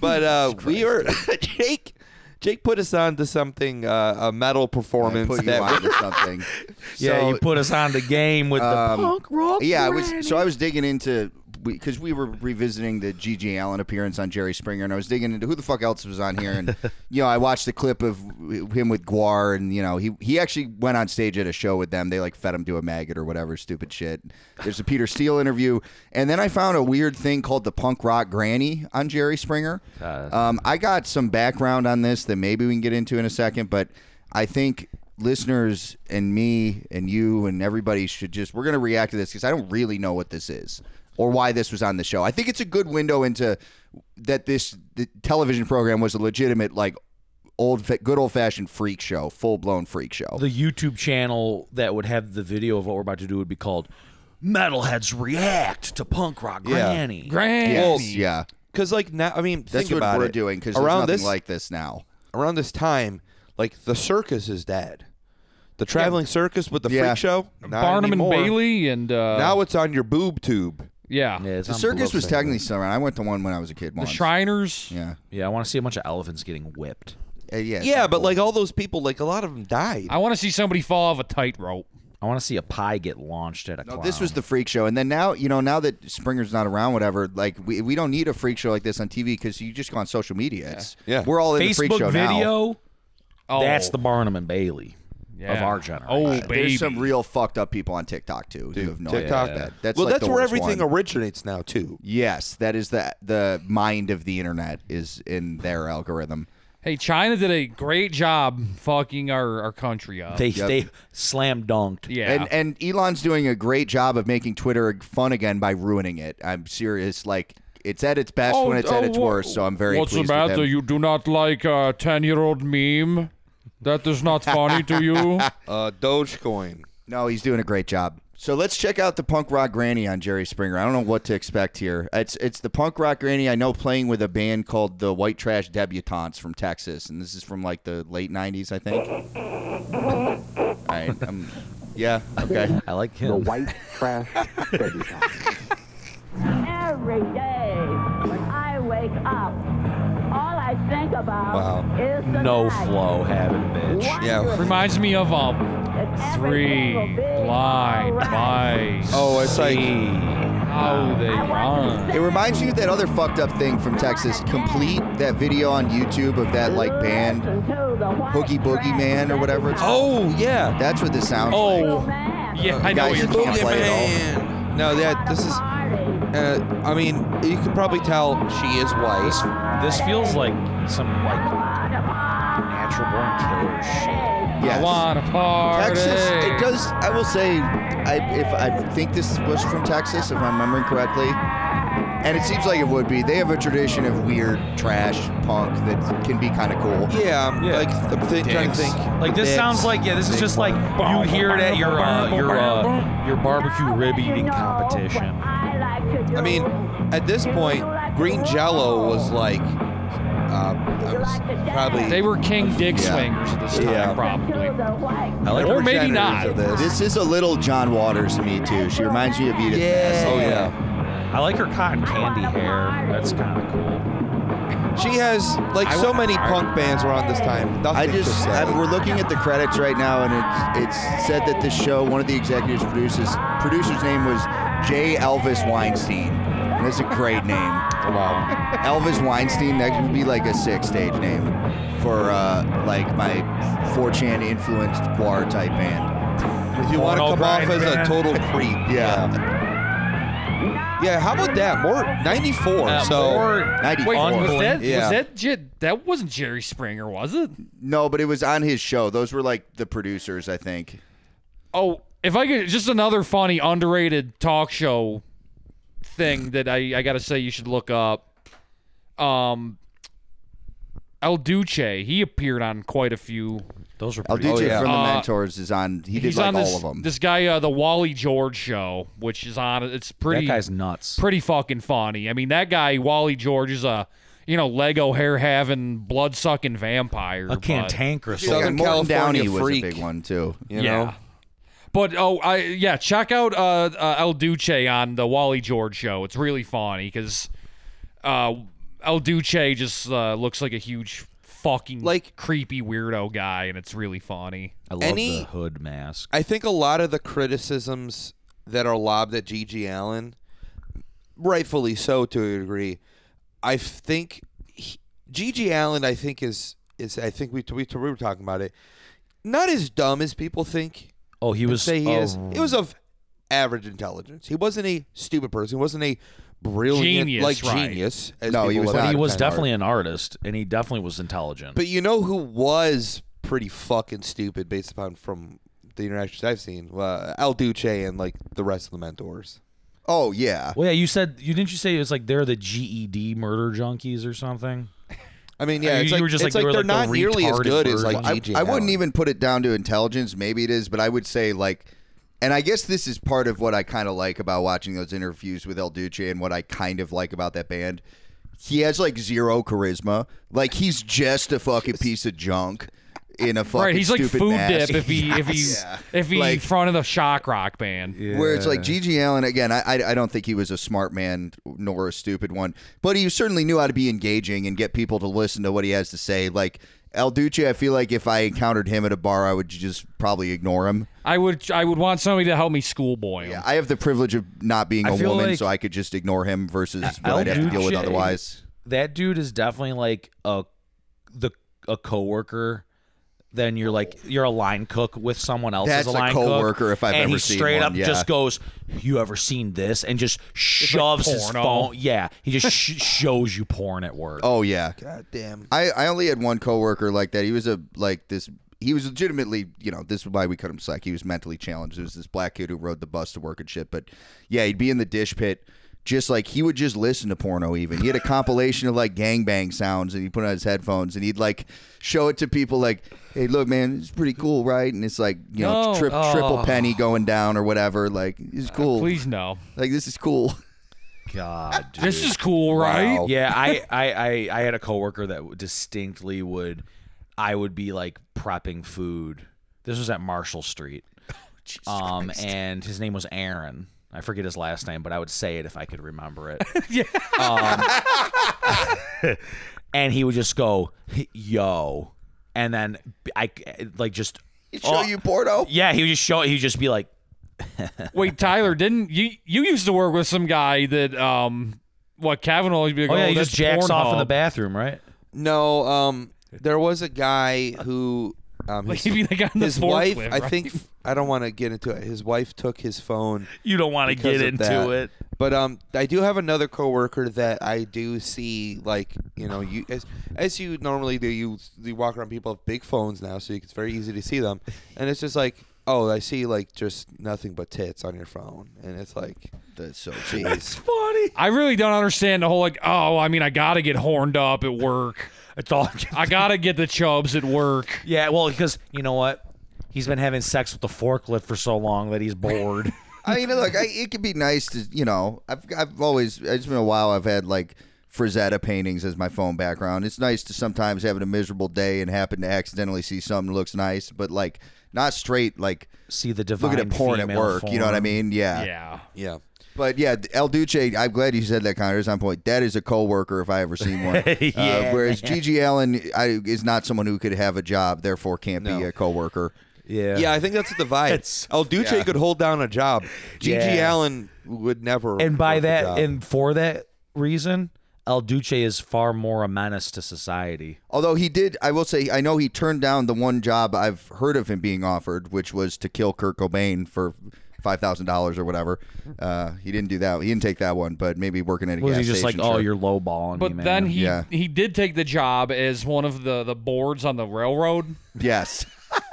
S1: But uh, we were Jake. Jake put us on to something uh, a metal
S4: I
S1: performance
S4: put you
S1: that
S4: on to something.
S3: yeah,
S4: So-
S3: you put us on the game with
S1: um,
S3: the punk rock.
S4: Yeah, I was so I was digging into because we were revisiting the G.G. Allen appearance on Jerry Springer, and I was digging into who the fuck else was on here, and you know I watched the clip of him with Guar, and you know he he actually went on stage at a show with them. They like fed him to a maggot or whatever stupid shit. There's a Peter Steele interview, and then I found a weird thing called the punk rock granny on Jerry Springer. Um, I got some background on this that maybe we can get into in a second, but I think listeners and me and you and everybody should just we're going to react to this because I don't really know what this is or why this was on the show. I think it's a good window into that this the television program was a legitimate like old fa- good old fashioned freak show, full blown freak show.
S3: the YouTube channel that would have the video of what we're about to do would be called "Metalheads React to Punk Rock
S1: Yeah.
S3: Granny."
S2: Grand.
S4: yeah,
S1: because like now I mean
S4: that's
S1: think
S4: what
S1: about
S4: we're
S1: it.
S4: doing because there's
S1: around
S4: nothing
S1: this
S4: like this now.
S1: around this time like the circus is dead. The traveling circus with the
S4: Yeah.
S1: freak show. Not
S2: Barnum
S1: anymore.
S2: and Bailey and uh,
S1: Now it's on your boob tube.
S2: yeah.
S3: Yeah, it's
S4: The
S3: on
S4: circus
S3: Below
S4: was
S3: Segment.
S4: technically still around. I went to one when I was a kid.
S2: the
S4: Once.
S2: Shriners.
S4: Yeah.
S3: Yeah, I want to see a bunch of elephants getting whipped.
S4: Uh, yeah. it's
S1: Yeah,
S4: not
S1: but
S4: cool.
S1: like all those people, like a lot of them died.
S2: I want to see somebody fall off a tightrope.
S3: I want to see a pie get launched at a.
S4: No,
S3: clown.
S4: Oh, this was the freak show, and then now you know now that Springer's not around, whatever. Like we, we don't need a freak show like this on TV because you just go on social media. It's
S1: Yeah.
S4: we're all in the freak
S3: Facebook
S4: show now.
S3: video.
S2: Oh,
S3: That's the Barnum and Bailey of
S2: yeah.
S3: our generation.
S2: Oh, baby.
S4: There's some real fucked up people on TikTok too. who have no
S1: TikTok.
S4: idea. That. That's
S1: well,
S4: like
S1: that's
S4: the
S1: where
S4: worst
S1: everything
S4: one.
S1: originates now too.
S4: yes, that is the the mind of the internet is in their algorithm.
S2: Hey, China did a great job fucking our, our country up.
S3: They they slam dunked.
S2: yeah.
S4: And and Elon's doing a great job of making Twitter fun again by ruining it. I'm serious. Like it's at its best when it's at its
S2: Oh, wha-
S4: worst. So I'm very
S2: What's
S4: pleased
S2: the
S4: with
S2: matter?
S4: him.
S2: You do not like a ten-year-old meme? That is not funny to you.
S1: Uh, Dogecoin.
S4: No, he's doing a great job. So let's check out the punk rock granny on Jerry Springer. I don't know what to expect here. It's it's the punk rock granny I know playing with a band called the White Trash Debutantes from Texas, and this is from like the late '90s, I think. All right, I'm- yeah, okay.
S3: I like him.
S8: white trash
S9: Every day when I wake up, all I think about
S1: Wow.
S9: is the
S3: No
S9: night.
S3: flow having bitch.
S9: Wonder
S1: Yeah.
S2: Reminds me of um
S9: if everything
S2: three
S9: will be
S2: blind
S9: all right.
S2: mice.
S1: Oh, it's like
S2: how they run.
S4: It reminds you of that other fucked up thing from Texas, complete that video on YouTube of that like band,
S9: Listen to the white
S4: Hoogie Boogie
S9: trash
S4: Man or whatever it's called.
S1: oh yeah.
S4: That's what this sounds like.
S2: Oh,
S9: man.
S2: yeah, I know what
S4: Guys,
S2: you're
S4: you
S2: talking
S4: can't
S2: about.
S4: play it all.
S1: Man. No, that this is.
S9: Party.
S1: Uh, I mean, you can probably tell she is white.
S3: This feels like some like natural born killer shit.
S4: Yes.
S2: I want a party.
S4: Texas, it does. I will say, I, if I think this was from Texas, if I'm remembering correctly, and it seems like it would be. They have a tradition of weird trash punk that can be kind of cool.
S1: Yeah, I'm
S3: Yeah.
S1: like I'm thi- trying to
S4: Dicks.
S1: think.
S3: Like this
S1: Dicks.
S3: sounds like yeah, this is just like you hear it at your uh, your uh, your barbecue rib eating competition.
S9: I
S1: I mean, at this point, green Jello was like, uh, I was probably
S2: They were king dick
S1: Yeah.
S2: swingers at this time,
S1: Yeah.
S2: probably.
S3: I like
S2: Or maybe
S1: representatives
S2: not.
S1: of this.
S4: This is a little John Waters to me too. She reminds me of Edith. Ness.
S1: Oh yeah,
S3: I like her cotton candy hair. That's kind of cool.
S1: she has like
S2: I
S1: so
S2: wa-
S1: many
S2: I-
S1: punk bands around this time. Nothing
S4: I
S1: to
S4: just
S1: say.
S4: I, we're looking at the credits right now, and it's it's said that this show one of the executives producers producer's name was J. Elvis Weinstein. And that's a great name.
S1: wow.
S4: Elvis Weinstein, that would be like a sick stage name for uh, like my 4chan influenced guar type band.
S1: If you want to
S3: Porno
S1: come off
S3: Brian
S1: as a
S3: band.
S1: total creep, yeah. Yeah, how about that? More 94.
S3: Uh,
S1: so
S3: more-
S2: Wait,
S4: 94.
S2: was that
S1: Yeah.
S2: was that Je- that wasn't Jerry Springer, was it?
S4: No, but it was on his show. Those were like the producers, I think.
S2: Oh, if I could just another funny underrated talk show thing that I I gotta say you should look up. Um, El Duce he appeared on quite a few.
S3: Those are
S4: El
S3: pretty.
S4: Duce
S1: Oh, yeah.
S4: from the
S2: Uh,
S4: Mentors is on. He did
S2: He's
S4: like
S2: on
S4: all
S2: this
S4: of them.
S2: this guy uh, the Wally George show, which is on. It's
S3: That
S2: pretty
S3: guy's nuts.
S2: pretty fucking funny. I mean that guy Wally George is a you know Lego hair having blood sucking vampire.
S3: A
S2: but-
S3: cantankerous.
S1: Southern
S4: Morton
S1: California
S4: Downey
S1: freak.
S4: was a big one too.
S1: you
S2: yeah.
S1: know,
S2: But oh, I yeah, check out uh, uh El Duce on the Wally George show. It's really funny because uh, El Duce just uh, looks like a huge fucking
S1: Like-
S2: creepy weirdo guy, and it's really funny.
S3: I love
S1: Any-
S3: the hood mask.
S1: I think a lot of the criticisms that are lobbed at G.G. Allen, rightfully so to a degree, I think he- G.G. Allen, I think is is I think we, we we were talking about it, not as dumb as people think.
S3: Oh, he was.
S1: say he
S3: a-
S1: is. He was of average intelligence. He wasn't a stupid person. He wasn't a brilliant
S2: Genius,
S1: like
S2: right.
S1: genius. As
S4: No, he
S1: people
S4: was
S1: like
S4: not.
S3: But he
S1: to
S3: was
S1: kind of
S3: definitely
S1: are.
S3: an artist, and he definitely was intelligent.
S1: But you know who was pretty fucking stupid based upon from the interactions I've seen. Uh, Al Duce and like the rest of the mentors.
S4: Oh yeah.
S3: well, yeah, you said you didn't you say it was like they're the GED murder junkies or something?
S1: I mean, yeah,
S3: You-
S1: it's
S3: you
S1: like,
S3: were just
S1: it's
S3: like,
S1: like
S3: they were
S1: they're
S3: like
S1: not
S3: the
S1: nearly as
S3: retarded
S1: good as like
S3: version.
S4: I,
S1: G.G.
S4: I wouldn't
S1: Allen.
S4: even put it down to intelligence. Maybe it is, but I would say like, and I guess this is part of what I kind of like about watching those interviews with El Duce and what I kind of like about that band. He has like zero charisma. Like he's just a fucking piece of junk in a fucking
S2: right, he's like
S4: stupid
S2: food
S4: mask.
S2: dip if he if he if he
S4: Like-
S2: fronted a shock rock band.
S4: Where it's like Gigi Allen again. I, I I don't think he was a smart man nor a stupid one, but he certainly knew how to be engaging and get people to listen to what he has to say. Like El Duce, I feel like if I encountered him at a bar, I would just probably ignore him.
S2: I would I would want somebody to help me schoolboy him.
S4: Yeah, I have the privilege of not being
S3: I
S4: a
S3: feel
S4: woman,
S3: like
S4: so I could just ignore him versus what
S3: El
S4: I'd have to deal with
S3: Duce-
S4: otherwise.
S3: That dude is definitely like a the a coworker then you're like you're a line cook with someone else
S4: That's
S3: as
S4: a
S3: a line
S4: coworker
S3: cook,
S4: if I've
S3: and
S4: ever
S3: he
S4: seen
S3: straight
S4: one,
S3: up
S4: yeah.
S3: just goes, "You ever seen this?" and just shoves his
S2: porno.
S3: phone. Yeah, he just sh- shows you porn at work.
S4: Oh yeah.
S1: God damn.
S4: I, I only had one coworker like that. He was a like this. He was legitimately, you know, this is why we cut him slack. He was mentally challenged. It was this black kid who rode the bus to work and shit. But yeah, he'd be in the dish pit, just like he would just listen to porno. Even he had a compilation of like gangbang sounds, and he put on his headphones, and he'd like show it to people, like, "Hey, look, man, it's pretty cool, right?" And it's like, you know,
S2: No.
S4: trip, triple penny going down or whatever. Like, it's cool.
S2: Please no.
S4: Like, this is cool.
S3: God, dude.
S2: This is cool, right?
S4: Wow.
S3: yeah I, I i i had a coworker that distinctly would i would be like prepping food this was at marshall street um and his name was aaron i forget his last name but i would say it if i could remember it yeah um, and he would just go yo and then i like just
S4: He'd show
S3: Oh,
S4: you porno.
S3: yeah he would just show he would just be like
S2: Wait, Tyler, didn't you you used to work with some guy that um what Kavanaugh would be like,
S3: oh yeah he
S2: that's
S3: just jacks off in the
S2: Pornhub."
S3: bathroom right
S1: No, um, there was a guy who, um,
S2: Like
S1: his,
S2: he'd be like on the
S1: his wife.
S2: forklift,
S1: I
S2: right?
S1: think I don't want to get into it. His wife took his phone.
S3: you don't want to
S1: because
S3: get
S1: of
S3: into
S1: that.
S3: it
S1: But um, I do have another coworker that I do see, like you know, you as as you normally do, you you walk around. People have big phones now, so it's very easy to see them, and it's just like, oh, I see like just nothing but tits on your phone, and it's like,
S4: That's so cheap.
S3: funny
S2: I really don't understand the whole like, oh, I mean, I gotta get horned up at work.
S3: it's all
S2: I gotta get the chubs at work.
S3: Yeah, well, because you know what? He's been having sex with the forklift for so long that he's bored.
S4: I mean, look, I, it could be nice to, you know, I've, I've always, it's been a while I've had like Frazetta paintings as my phone background. It's nice to sometimes having a miserable day and happen to accidentally see something that looks nice, but like not straight, like
S3: See the divine.
S4: looking at porn at
S3: female
S4: work. You know what I
S3: form.
S4: mean? Yeah.
S2: Yeah.
S1: yeah,
S4: But yeah, El Duce, I'm glad you said that, Connor. It's on point. That is a coworker if I ever seen one. uh,
S3: Yeah.
S4: whereas Gigi Allen I, is not someone who could have a job, therefore can't
S1: No.
S4: be a coworker.
S3: Yeah.
S1: yeah. I think that's the vibe.
S3: It's-
S1: El Duce could hold down a job. Gigi
S3: Yeah.
S1: Allen would never.
S3: And by
S1: work a
S3: that,
S1: job.
S3: and for that reason, El Duce is far more a menace to society.
S4: Although he did, I will say, I know he turned down the one job I've heard of him being offered, which was to kill Kurt Cobain for five thousand dollars or whatever. Uh, he didn't do that. He didn't take that one, but maybe working at a
S3: Was
S4: gas
S3: he just like,
S4: station.
S3: oh,
S4: sure."
S3: you're lowballing me,
S2: But
S3: man?
S2: then he
S4: Yeah.
S2: he did take the job as one of the the boards on the railroad,
S4: yes,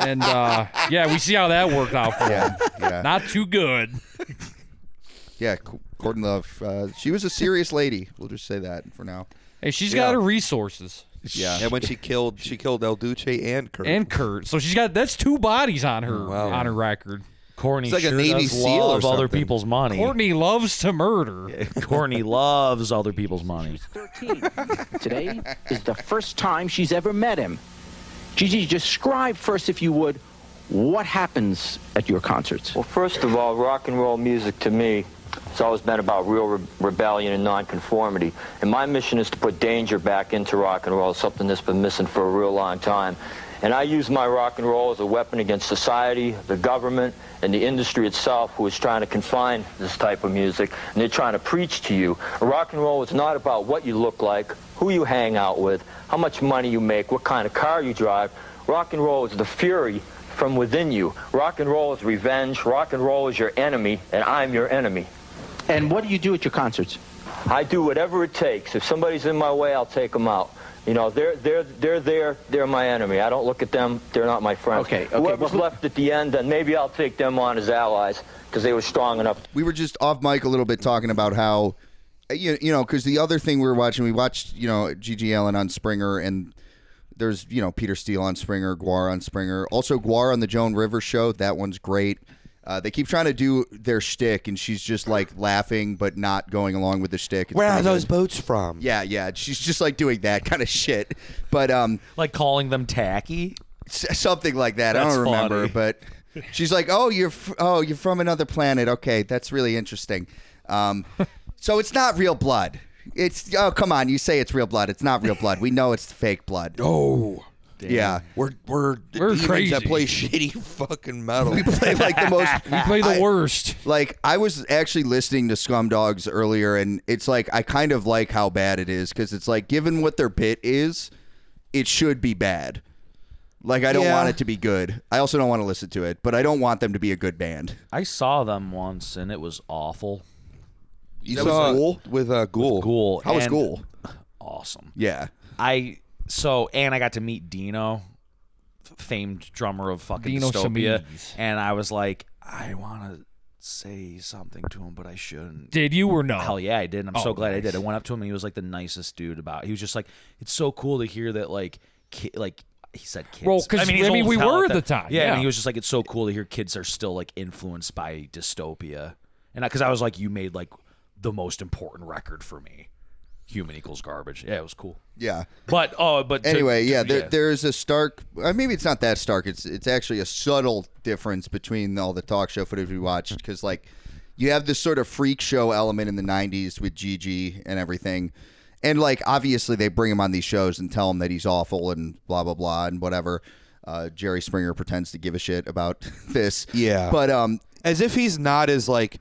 S2: and uh, yeah, we see how that worked out for him.
S4: yeah, yeah,
S2: Not too good.
S4: yeah. C- Gordon Love, uh, she was a serious lady. We'll just say that for now.
S2: Hey, she's got her resources
S4: Yeah,
S1: and when she killed, she killed El Duce and Kurt.
S2: and Kurt, so she's got that's two bodies on
S3: Mm,
S2: her
S1: Wow.
S2: on her record.
S3: Courtney
S1: It's like a
S3: sure
S1: Navy
S3: does
S1: SEAL or
S3: love other
S1: something.
S3: people's money.
S2: Courtney loves to murder.
S3: Courtney loves other people's money.
S6: 13. Today is the first time she's ever met him. Gigi, describe first, if you would, what happens at your concerts.
S8: Well, first of all, rock and roll music to me, it's always been about real re- rebellion and nonconformity. And my mission is to put danger back into rock and roll, something that's been missing for a real long time. And I use my rock and roll as a weapon against society, the government, and the industry itself, who is trying to confine this type of music. And they're trying to preach to you. Rock and roll is not about what you look like, who you hang out with, how much money you make, what kind of car you drive. Rock and roll is the fury from within you. Rock and roll is revenge. Rock and roll is your enemy, and I'm your enemy.
S6: And what do you do at your concerts?
S8: I do whatever it takes. If somebody's in my way, I'll take them out. You know, they're they're they're there. They're my enemy. I don't look at them. They're not my friends.
S6: Okay, okay,
S8: Whoever's
S6: well-
S8: left at the end, then maybe I'll take them on as allies because they were strong enough.
S4: we were just off mic a little bit talking about how you, you know because the other thing we were watching we watched you know Gigi Allen on Springer and there's you know Peter Steele on Springer Guar on Springer also Guar on the Joan Rivers show that one's great uh, they keep trying to do their shtick and she's just like laughing but not going along with the shtick It's
S1: where are
S4: pretty
S1: those
S4: good.
S1: boats from?
S4: yeah yeah she's just like doing that kind of shit but um
S3: Like calling them tacky.
S4: s- something like that. I
S3: That's
S4: don't remember,
S3: funny.
S4: but she's like, "Oh, you're f- oh, you're from another planet. Okay, that's really interesting." Um, so it's not real blood. It's oh, come on, you say it's real blood. It's not real blood. We know it's fake blood.
S1: Oh.
S4: yeah.
S1: We're we're, demons that
S2: crazy.
S1: play shitty fucking metal.
S4: We play like the most. we
S2: Play the worst.
S4: Like I was actually listening to Scum Dogs earlier, and it's like I kind of like how bad it is because it's like given what their bit is, it should be bad. Like I don't
S1: Yeah.
S4: want it to be good. I also don't want to listen to it, but I don't want them to be a good band.
S3: I saw them once and it was awful.
S1: You
S4: That was
S1: saw
S4: Ghoul?
S1: with uh, Ghoul.
S3: Cool.
S4: How was
S3: and-
S4: Ghoul?
S3: Awesome.
S4: Yeah.
S3: I so and I got to meet Dino, f- famed drummer of fucking
S2: Dino
S3: Dystopia,
S2: Simides.
S3: and I was like, I want to say something to him, but I shouldn't.
S2: Did you or no?
S3: Hell yeah, I did. and I'm so
S2: Oh,
S3: glad I did. I
S2: nice.
S3: went up to him and he was like the nicest dude about. He was just like, it's so cool to hear that like ki- like he said kids.
S2: Well, 'cause,
S3: he's
S2: I mean,
S3: old
S2: we
S3: as hell
S2: were at
S3: that-
S2: the time,
S3: Yeah,
S2: yeah.
S3: and he was just like, it's so cool to hear kids are still like influenced by dystopia, and because I, was like, you made like the most important record for me. Human equals garbage. Yeah, it was cool.
S4: Yeah.
S3: But oh, but to-
S4: Anyway,
S3: to-
S4: yeah, there, there's a stark. Uh, maybe it's not that stark. It's it's actually a subtle difference between all the talk show footage we watched because like you have this sort of freak show element in the '90s with Gigi and everything, and like obviously they bring him on these shows and tell him that he's awful and blah blah blah and whatever. Uh, Jerry Springer pretends to give a shit about this.
S1: Yeah.
S4: but um,
S1: As if he's not as like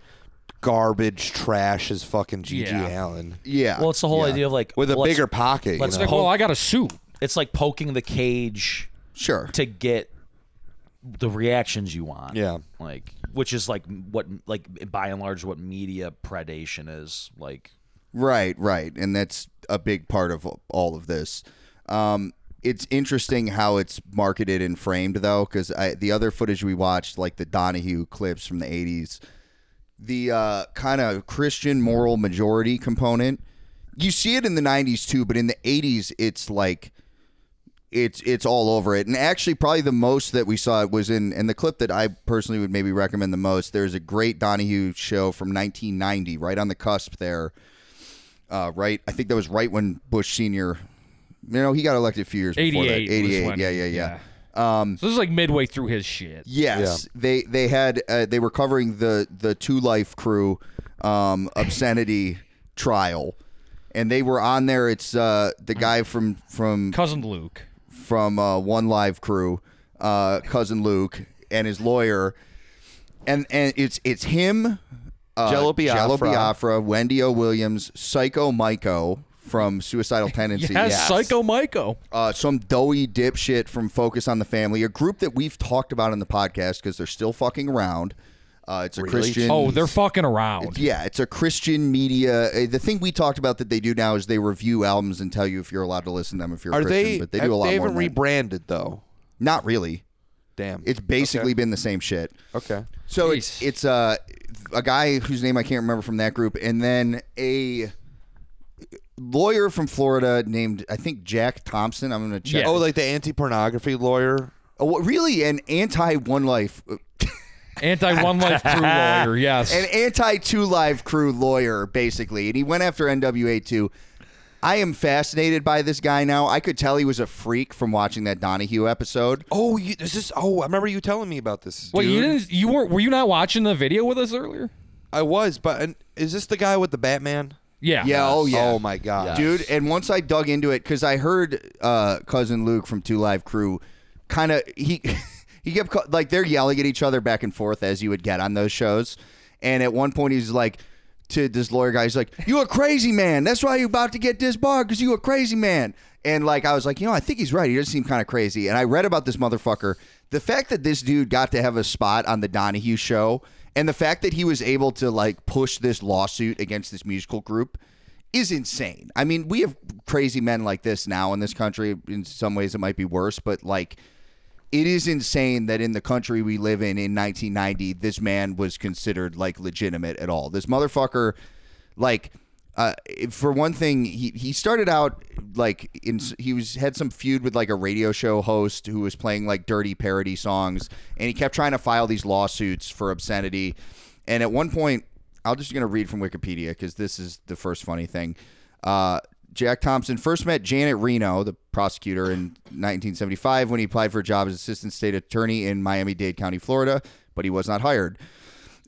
S1: garbage trash as fucking Gigi
S2: Yeah.
S1: Allen
S4: yeah.
S3: Well, it's the whole
S4: yeah.
S3: idea of like
S1: with a
S3: let's-
S1: bigger pocket. You
S3: let's
S1: know?
S2: It's like, well, I got a suit.
S3: It's like poking the cage
S4: sure.
S3: to get the reactions you want.
S1: Yeah.
S3: like which is like what like by and large what media predation is like.
S4: Right, right, and that's a big part of all of this. Um, it's interesting how it's marketed and framed, though, because the other footage we watched, like the Donahue clips from the '80s, the uh, kind of Christian moral majority component, you see it in the '90s too, but in the '80s, it's like it's it's all over it. And actually, probably the most that we saw it was in, and the clip that I personally would maybe recommend the most. There's a great Donahue show from 1990, right on the cusp there. Uh, right, I think that was right when Bush Senior, you know, he got elected a few years before that.
S2: 88. was
S4: 88,
S2: when-
S4: yeah, yeah, yeah. Um,
S2: so this is like midway through his shit.
S4: Yes, they they had uh, they were covering the the Two Life Crew um, obscenity trial, and they were on there. It's uh, the guy from from
S2: Cousin Luke.
S4: from uh, One Live Crew, uh, cousin Luke, and his lawyer, and and it's it's him, uh,
S1: Jello Biafra.
S4: Biafra, Wendy O. Williams, Psycho Myco from Suicidal Tendencies,
S2: Yes, Psycho Michael.
S4: uh, some doughy dipshit from Focus on the Family, a group that we've talked about in the podcast because they're still fucking around. Uh, it's a Christian.
S2: Oh, they're fucking around.
S4: yeah, it's a Christian media. uh, The thing we talked about that they do now is they review albums and tell you if you're allowed to listen to them if you're a
S1: Are
S4: Christian.
S1: they?
S4: but they
S1: have-
S4: do a lot
S1: they
S4: more.
S1: haven't
S4: than that.
S1: rebranded though.
S4: Not really.
S1: Damn.
S4: It's basically been the same shit.
S1: okay.
S4: So it's
S2: Jeez.
S4: it's uh, a guy whose name I can't remember from that group, and then a lawyer from Florida named I think Jack Thompson. I'm gonna check.
S2: Yeah.
S1: Oh, like the anti pornography lawyer.
S4: Oh, what- really an anti one life,
S2: Anti One Life crew lawyer. Yes.
S4: an anti two live crew lawyer, basically. And he went after NWA too. I am fascinated by this guy now. I could tell he was a freak from watching that Donahue episode.
S1: Oh, you, is this? Oh, I remember you telling me about this.
S2: Wait, you
S1: dude.
S2: didn't? You weren't? Were you not watching the video with us earlier?
S1: I was, but and, is this the guy with the Batman?
S2: Yeah.
S4: Yeah, oh yeah.
S1: Oh my god,
S4: dude. And once I dug into it, because I heard uh, cousin Luke from Two Live Crew, kind of he he kept ca- like they're yelling at each other back and forth as you would get on those shows. And at one point, he's like to this lawyer guy, he's like, "You a crazy man? That's why you about to get disbarred because you a crazy man." And like I was like, you know, I think he's right. He does seem kind of crazy. And I read about this motherfucker. The fact that this dude got to have a spot on the Donahue show, and the fact that he was able to like push this lawsuit against this musical group is insane. I mean, we have crazy men like this now in this country. In some ways, it might be worse, but like, it is insane that in the country we live in in 1990, this man was considered like legitimate at all. This motherfucker, like, uh, for one thing, he, he started out like in he was had some feud with like a radio show host who was playing like dirty parody songs, and he kept trying to file these lawsuits for obscenity. And at one point, I'm just going to read from Wikipedia because this is the first funny thing. Uh, Jack Thompson first met Janet Reno, the prosecutor, in 1975 when he applied for a job as assistant state attorney in Miami Dade County, Florida, but he was not hired.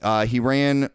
S4: Uh, he ran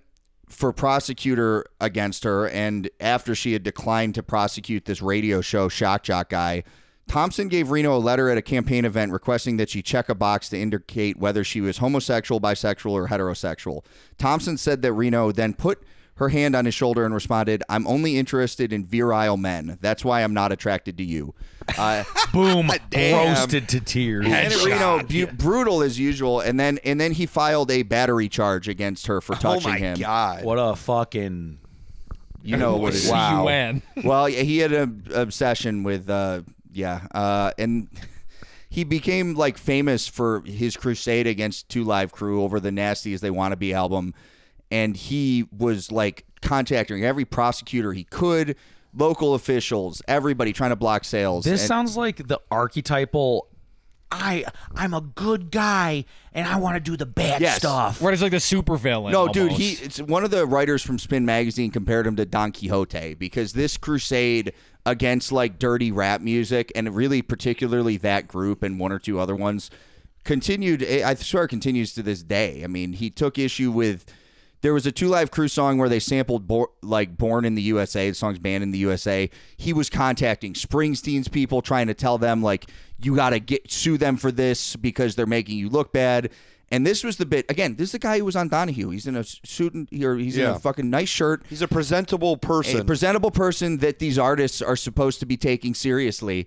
S4: for prosecutor against her, and after she had declined to prosecute this radio show shock jock guy, Thompson gave Reno a letter at a campaign event requesting that she check a box to indicate whether she was homosexual, bisexual, or heterosexual. Thompson said that Reno then put her hand on his shoulder and responded, "I'm only interested in virile men. That's why I'm not attracted to you." Uh,
S3: Boom.
S4: Damn.
S3: Roasted to tears.
S4: and it, you know, bu- brutal as usual. And then and then he filed a battery charge against her for touching
S1: oh my
S4: him.
S1: god!
S3: What a fucking.
S4: You know what it is. Wow.
S2: CUN.
S4: well, yeah, he had an obsession with, uh, yeah, uh, and he became like famous for his crusade against Two Live Crew over the Nasty as They Want to Be album, and he was like contacting every prosecutor he could, local officials, everybody trying to block sales.
S3: This
S4: and-
S3: sounds like the archetypal. I I'm a good guy and I want to do the bad
S4: Yes.
S3: stuff.
S2: Right, it's like the super villain.
S4: No, dude, he it's one of the writers from Spin magazine compared him to Don Quixote because this crusade against like dirty rap music and really particularly that group and one or two other ones continued eh, I I swear it continues to this day. I mean, he took issue with there was a Two Live Crew song where they sampled Bor- like Born in the USA, the song's banned in the USA. He was contacting Springsteen's people trying to tell them like you got to get sue them for this because they're making you look bad. And this was the bit again. This is the guy who was on Donahue. He's in a suit and or he's in
S1: Yeah.
S4: a fucking nice shirt,
S1: He's a presentable person.
S4: a presentable person that these artists are supposed to be taking seriously.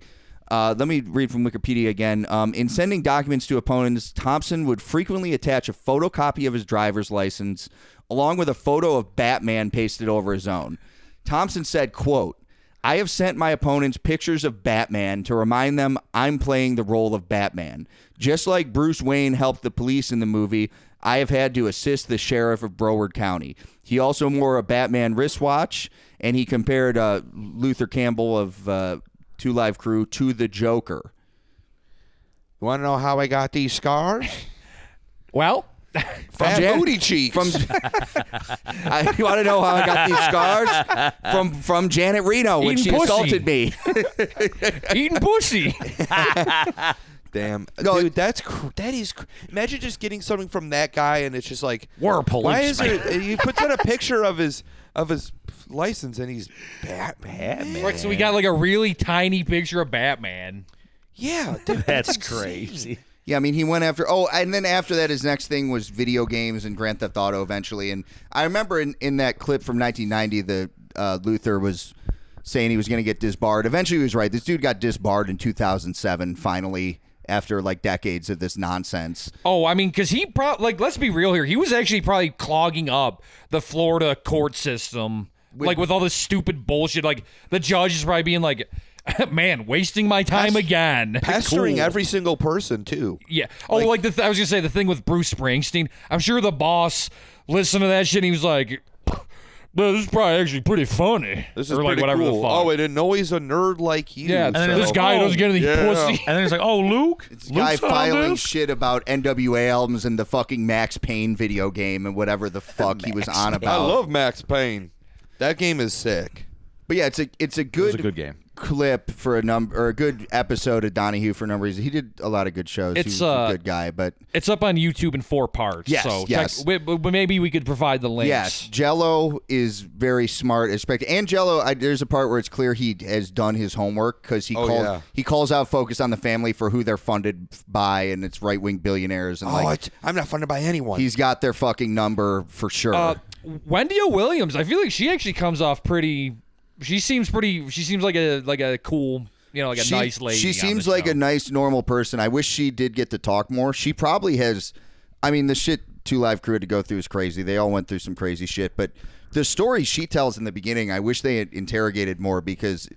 S4: Uh, let me read from Wikipedia again. Um, in sending documents to opponents, Thompson would frequently attach a photocopy of his driver's license along with a photo of Batman pasted over his own. Thompson said, "quote I have sent my opponents pictures of Batman to remind them I'm playing the role of Batman. Just like Bruce Wayne helped the police in the movie, I have had to assist the sheriff of Broward County. He also wore a Batman wristwatch, and he compared uh, Luther Campbell of uh, Two Live Crew to the Joker.
S1: you want to know how I got these scars?
S2: Well,
S4: From
S1: Fat
S4: Jan-
S1: booty cheeks.
S4: From I, you want to know how I got these scars from from Janet Reno when
S2: Eating
S4: she
S2: pussy.
S4: assaulted me.
S2: eating pussy.
S1: Damn, dude, that's cr- that is. Cr- imagine just getting something from that guy, and it's just like
S3: We're police,
S1: Why is
S3: man."
S1: it? He puts out a picture of his of his license, and he's Batman.
S2: Right, so we got like a really tiny picture of Batman.
S1: Yeah, dude,
S3: That's
S1: insane.
S3: crazy.
S4: Yeah, I mean, he went after. Oh, and then after that, his next thing was video games and Grand Theft Auto eventually. And I remember in, in that clip from 1990, the uh, Luther was saying he was going to get disbarred. Eventually, he was right. This dude got disbarred in 2007, finally, after like decades of this nonsense.
S2: Oh, I mean, because he probably like let's be real here. He was actually probably clogging up the Florida court system, like with all this stupid bullshit. Like the judge is probably being like, "Man, wasting my time again."
S1: pestering
S2: Cool.
S1: every single person too.
S2: Yeah. Oh, like, the th- I was gonna say the thing with Bruce Springsteen. I'm sure the boss listened to that shit. and He was like, "This is probably actually pretty funny."
S1: This is
S2: or like
S1: pretty
S2: whatever
S1: cool.
S2: the fuck.
S1: Oh, I didn't know he's a nerd like you.
S2: yeah.
S1: so- Oh,
S3: then
S2: This
S3: it's
S2: guy
S3: like,
S2: doesn't get any
S1: yeah.
S2: pussy.
S3: And then it's like, oh, Luke,
S4: This guy
S3: Luke's found
S4: filing
S3: this?
S4: shit about NWA albums and the fucking Max Payne video game and whatever the fuck he was on
S1: I
S4: about.
S1: love Max Payne. That game is sick.
S4: But yeah, it's a it's a
S3: It
S4: good
S3: was a good game.
S4: clip for a number or a good episode of Donahue for a number of reasons. He did a lot of good shows.
S2: It's,
S4: he was
S2: uh,
S4: a good guy, but
S2: It's up on YouTube in four parts.
S4: Yes,
S2: So
S4: yes.
S2: check- we- but maybe we could provide the links.
S4: yes, Jello is very smart. Expect and Jello, I, there's a part where it's clear he has done his homework because he
S1: Oh,
S4: calls
S1: yeah.
S4: he calls out Focus on the Family for who they're funded by, and it's right wing billionaires, and
S1: Oh,
S4: like
S1: it's, I'm not funded by anyone.
S4: he's got their fucking number for sure.
S2: Uh, Wendy O. Williams, I feel like she actually comes off pretty. She seems pretty. She seems like a like a cool, you know, like a
S4: she,
S2: nice lady.
S4: She
S2: on
S4: seems
S2: the
S4: like
S2: show.
S4: a nice, normal person. I wish she did get to talk more. She probably has. I mean, the shit Two Live Crew had to go through is crazy. They all went through some crazy shit, but the story she tells in the beginning, I wish they had interrogated more because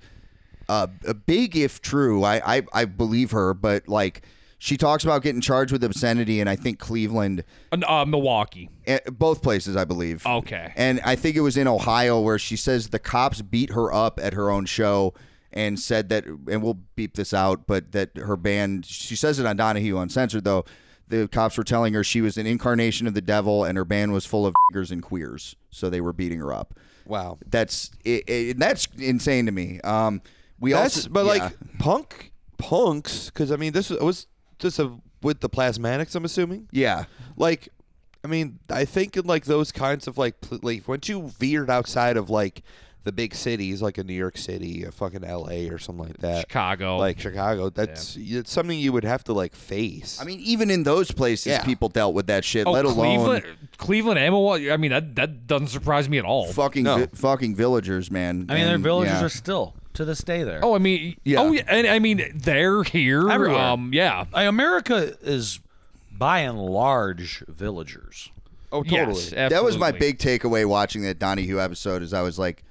S4: uh, a big if true. I, I I believe her, but like she talks about getting charged with obscenity, and I think Cleveland.
S2: An- uh, Milwaukee.
S4: Uh, both places, I believe.
S2: Okay.
S4: And I think it was in Ohio where she says the cops beat her up at her own show and said that, and we'll beep this out, but that her band, she says it on Donahue Uncensored, though. The cops were telling her she was an incarnation of the devil and her band was full of niggers and queers. So they were beating her up.
S1: wow.
S4: That's it, it, that's insane to me. Um, we
S1: That's
S4: also,
S1: but
S4: yeah.
S1: like punk punks because I mean this was, was this a, with the plasmatics I'm assuming
S4: yeah.
S1: like I mean I think in like those kinds of like, pl- like once you veered outside of like the big cities, like in New York City, uh, fucking L.A. or something like that,
S2: Chicago.
S1: like Chicago. That's it's something you would have to like face.
S4: I mean, even in those places,
S1: Yeah.
S4: people dealt with that shit.
S2: oh,
S4: let alone
S2: Cleveland, Cleveland, Amawal. I mean, that that doesn't surprise me at all.
S4: fucking
S1: No.
S4: vi- fucking villagers, man.
S3: I mean, their
S4: And,
S3: villagers
S4: yeah.
S3: are still to this day there.
S2: Oh, I mean,
S4: Yeah.
S2: Oh, and I mean, they're here.
S3: Everywhere.
S2: Um, yeah.
S3: I- America is by and large villagers.
S1: oh, totally.
S2: Yes,
S4: That was my
S2: absolutely.
S4: big takeaway watching that Donahue episode. Is I was like,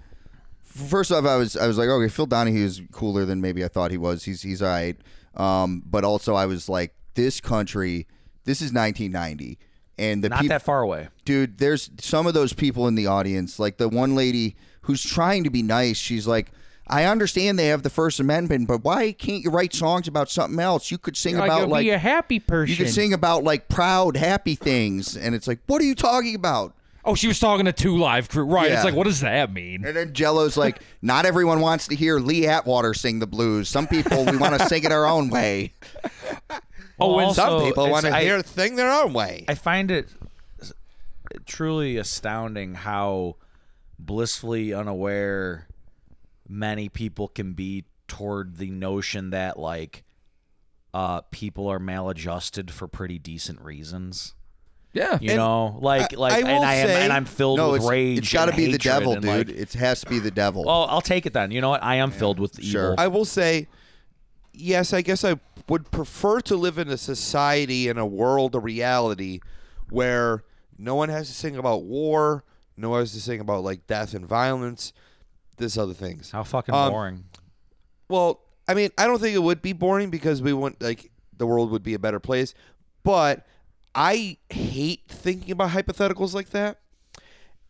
S4: first off, I was I was like, okay, Phil Donahue's cooler than maybe I thought he was. He's he's all right. Um, but also, I was like, this country, this is 1990, and the
S3: Not
S4: peop-
S3: that far away.
S4: dude there's some of those people in the audience like the one lady who's trying to be nice she's like i understand they have the first amendment but why can't you write songs about something else you could sing about like
S2: happy person.
S4: you could sing about like proud happy things and it's like what are you talking about
S2: Oh, she was talking to two live crew. Right.
S4: Yeah.
S2: It's like, what does that mean?
S4: and then jello's like not everyone wants to hear lee atwater sing the blues some people we want to sing it our own way
S2: Oh, and
S1: Some
S3: Also,
S1: people
S3: it's-
S1: want to
S3: I-
S1: hear a thing their own way.
S3: I find it truly astounding how blissfully unaware many people can be toward the notion that like uh people are maladjusted for pretty decent reasons.
S2: yeah.
S3: You know, like like
S1: I will
S3: and I am
S1: say-
S3: and I'm filled
S4: no
S3: with
S4: it's,
S3: rage.
S4: it's got to
S3: and
S4: be the
S3: hatred
S4: devil
S3: and,
S4: dude
S3: like,
S4: it has to be the devil
S3: oh, I'll take it then. You know what? I am filled with evil.
S4: Sure.
S1: I will say, yes, I guess I would prefer to live in a society, in a world, a reality where no one has to sing about war, no one has to sing about like death and violence, this other things.
S3: How fucking
S1: Um,
S3: boring.
S1: Well, I mean, I don't think it would be boring because we wouldn't like the world would be a better place, but I hate thinking about hypotheticals like that,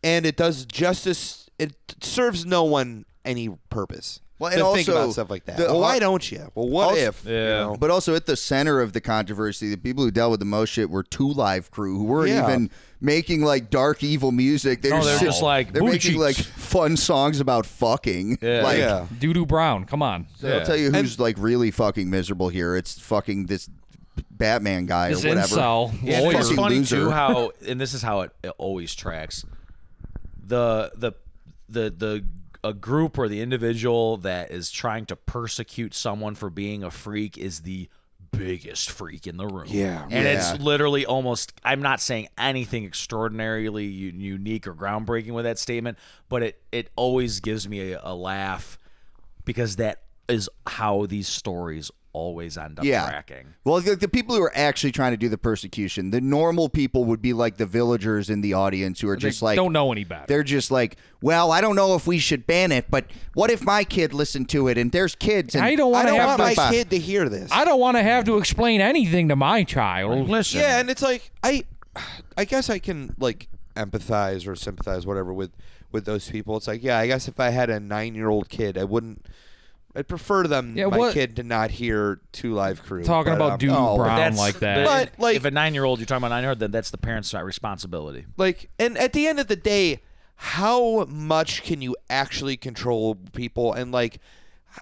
S1: and it does justice. It serves no one any purpose.
S4: Well,
S1: to
S4: and
S1: think
S4: also
S1: about stuff like that.
S4: the-
S1: well, why don't you? Well, what
S4: Also-
S1: if? you
S3: Yeah.
S1: know?
S4: But also at the center of the controversy, the people who dealt with the most shit were Two Live Crew, who weren't
S1: Yeah.
S4: even making like dark evil music. They
S3: No,
S4: were
S3: they're
S4: si-
S3: just like
S4: they're
S3: booty
S4: making
S3: cheeks.
S4: like fun songs about fucking.
S3: Yeah.
S4: Like,
S1: yeah.
S2: Doo Doo Brown. Come on.
S4: so I'll tell you who's like really fucking miserable here. It's fucking this Batman guy
S2: This
S4: or whatever.
S2: incel.
S4: Yeah,
S2: lawyer.
S3: it's
S4: fucking
S3: funny
S4: loser.
S3: too how, and this is how it, it always tracks. The the the the a group or the individual that is trying to persecute someone for being a freak is the biggest freak in the room.
S1: Yeah,
S3: and
S4: yeah.
S3: it's literally almost. I'm not saying anything extraordinarily u- unique or groundbreaking with that statement, but it it always gives me a, a laugh because that is how these stories always end up
S4: Yeah.
S3: tracking.
S4: Well, the, the people who are actually trying to do the persecution, the normal people would be like the villagers in the audience who are just like
S2: don't know any better.
S4: They're just like, well, I don't know if we should ban it, but what if my kid listened to it and there's kids? And
S2: I don't
S1: I
S2: want to
S1: don't want
S2: have to.
S1: my
S4: Bye-bye.
S1: kid to hear this.
S2: I don't want to have to explain anything to my child.
S3: Listen,
S1: Yeah, and it's like I, I guess I can like empathize or sympathize, whatever, with with those people. It's like, yeah, I guess if I had a nine year old kid, I wouldn't. I'd prefer them,
S2: Yeah,
S1: my
S2: what-
S1: kid, to not hear Two Live Crew
S2: Talking
S1: but,
S2: about
S1: um,
S2: Doo Doo
S4: oh, but
S2: Brown
S3: that's
S2: like that.
S1: But,
S3: if-
S1: like-
S3: if a nine-year-old you're talking about nine-year-old, then that's the parents' responsibility.
S1: Like, and at the end of the day, how much can you actually control people? And like,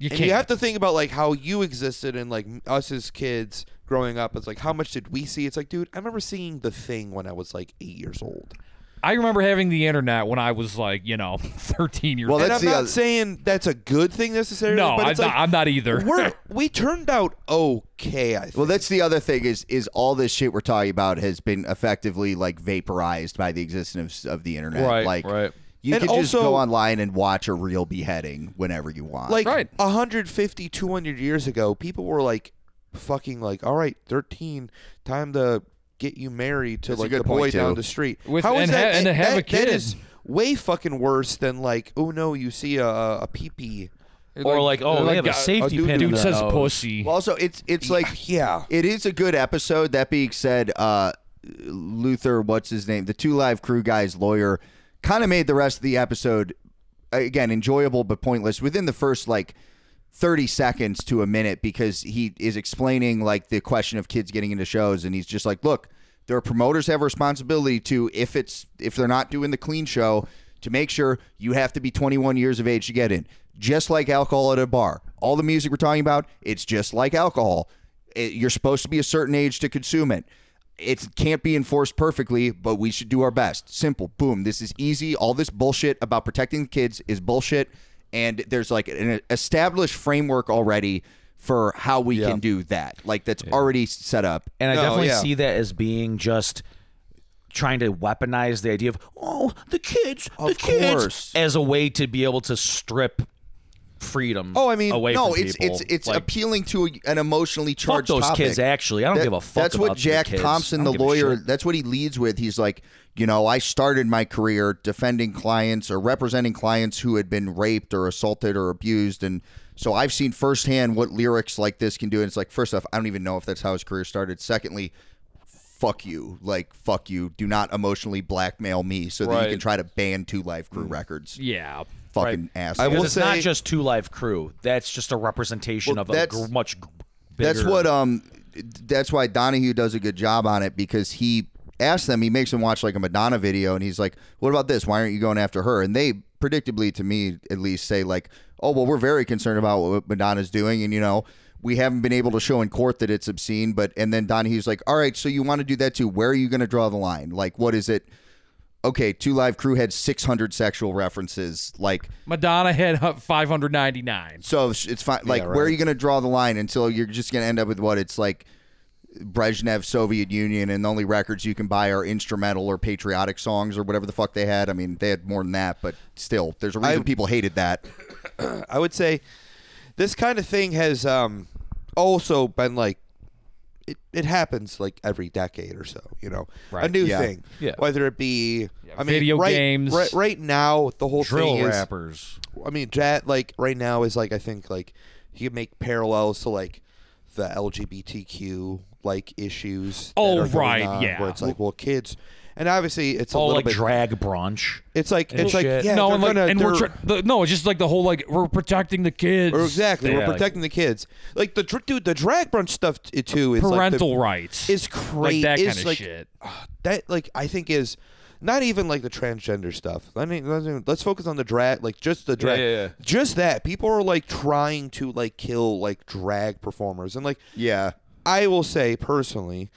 S2: You
S1: and you
S2: can't.
S1: have to think about like how you existed and like us as kids growing up. It's like how much did we see? It's like, dude, I remember seeing The Thing when I was like eight years old.
S2: I remember having the internet when I was like, you know, 13 years
S4: Well,
S2: old.
S1: And
S4: that's
S1: I'm
S4: the
S1: not
S4: other-
S1: saying that's a good thing necessarily.
S2: No,
S1: but
S2: I'm
S1: it's
S2: not-
S1: like,
S2: I'm not either.
S1: we're we turned out okay. I think.
S4: Well, that's the other thing is is all this shit we're talking about has been effectively like vaporized by the existence of, of the internet.
S3: Right,
S4: like,
S3: right.
S4: You
S1: And
S4: can just
S1: also-
S4: go online and watch a real beheading whenever you want.
S1: like
S2: Right.
S1: 150 200 years ago people were like fucking like all right 13 time to get you married to
S4: That's a
S1: like
S4: good
S1: the boy
S4: point,
S1: down
S4: too.
S1: the street
S2: With-
S1: how is
S2: and ha-
S1: that
S2: and to have
S1: that,
S2: a
S1: that
S2: kid.
S1: is way fucking worse than like oh no you see a, a pee
S3: or like, oh, they have a
S2: God,
S3: safety
S1: dude-
S3: pin. in
S2: Dude
S3: their
S2: says
S3: nose.
S2: pussy.
S4: Well, also it's it's like
S1: yeah
S4: it is a good episode. That being said, uh, Luther, what's his name, the Two Live Crew guy's lawyer, kind of made the rest of the episode again enjoyable but pointless within the first like. 30 seconds to a minute because he is explaining like the question of kids getting into shows and he's just like look their promoters have a responsibility to if it's if they're not doing the clean show to make sure you have to be 21 years of age to get in just like alcohol at a bar all the music we're talking about it's just like alcohol it, you're supposed to be a certain age to consume it. it can't be enforced perfectly, but we should do our best. Simple. Boom. This is easy. All this bullshit about protecting the kids is bullshit. And there's like an established framework already for how we can do that. Like that's already set up.
S3: And I
S1: No,
S3: definitely
S1: yeah.
S3: see that as being just trying to weaponize the idea of oh the kids, the
S4: Of
S3: kids,
S4: course.
S3: as a way to be able to strip freedom.
S4: Oh, I mean,
S3: away
S4: no,
S3: from
S4: it's
S3: people.
S4: it's it's
S3: Like,
S4: appealing to a, an emotionally
S3: fuck
S4: charged.
S3: those
S4: topic.
S3: kids. Actually, I don't
S4: That-
S3: give a fuck.
S4: That's
S3: about
S4: what
S3: the
S4: Jack
S3: kids. I
S4: Thompson, the
S3: don't give a
S4: lawyer.
S3: shit.
S4: That's what he leads with. He's like, you know, I started my career defending clients or representing clients who had been raped or assaulted or abused, and so I've seen firsthand what lyrics like this can do. And it's like, first off, I don't even know if that's how his career started. Secondly. Fuck you, like fuck you. Do not emotionally blackmail me so that
S2: Right.
S4: you can try to ban Two Life Crew
S3: Mm.
S4: records.
S2: Yeah.
S4: Fucking ass.
S1: I
S3: Because
S1: will
S3: it's not
S1: say-
S3: just two live crew. That's just a representation
S4: Well,
S3: of a
S4: that's-
S3: gr- much g- bigger.
S4: That's what um that's why Donahue does a good job on it because he asks them, he makes them watch like a Madonna video and he's like, What about this? Why aren't you going after her? And they predictably to me at least say like, Oh well we're very concerned about what Madonna's doing and you know, we haven't been able to show in court that it's obscene, but and then Donahue's like, All right, so you want to do that too. Where are you gonna draw the line? Like what is it? Okay, two live crew had six hundred sexual references, like
S2: Madonna had uh, 599.
S4: so it's- it's fine. Like, where are you going to draw the line until you're just going to end up with what it's like Brezhnev Soviet Union and the only records you can buy are instrumental or patriotic songs or whatever the fuck they had. I mean, they had more than that, but still, there's a reason people hated that.
S1: I would say this kind of thing has um, also been like it, it happens like every decade or so, you know, a
S2: Right.
S1: new
S4: Yeah.
S1: thing,
S3: Yeah.
S1: whether it be I mean,
S2: video
S1: right,
S2: games.
S1: Right, right now, the whole
S2: Drill
S1: thing is
S2: rappers.
S1: I mean, Jet like right now is like I think like you can make parallels to like the LGBTQ like issues. that
S2: Oh,
S1: are going
S2: right,
S1: on,
S2: yeah.
S1: Where it's like, well, kids, and obviously it's a
S3: all
S1: little
S3: like
S1: bit.
S3: drag brunch.
S1: it's like
S3: and
S1: it's
S3: shit.
S1: like yeah,
S2: no,
S1: they're
S2: and like,
S1: gonna-
S2: and we're
S1: they're-
S2: tr- the, no, it's just like the whole like we're protecting the kids.
S1: or exactly
S3: Yeah,
S1: we're
S3: like-
S1: protecting the kids. Like the dr- dude, the drag brunch stuff t- too is
S2: Parental
S1: like the,
S2: rights.
S1: is crazy.
S2: Like that
S1: is
S2: kind of
S1: like,
S2: shit.
S1: that like I think is not even like the transgender stuff. I mean, let's, let's focus on the drag, like just the drag,
S3: yeah, yeah.
S1: just that. People are like trying to like kill like drag performers, and like
S4: Yeah.
S1: I will say personally,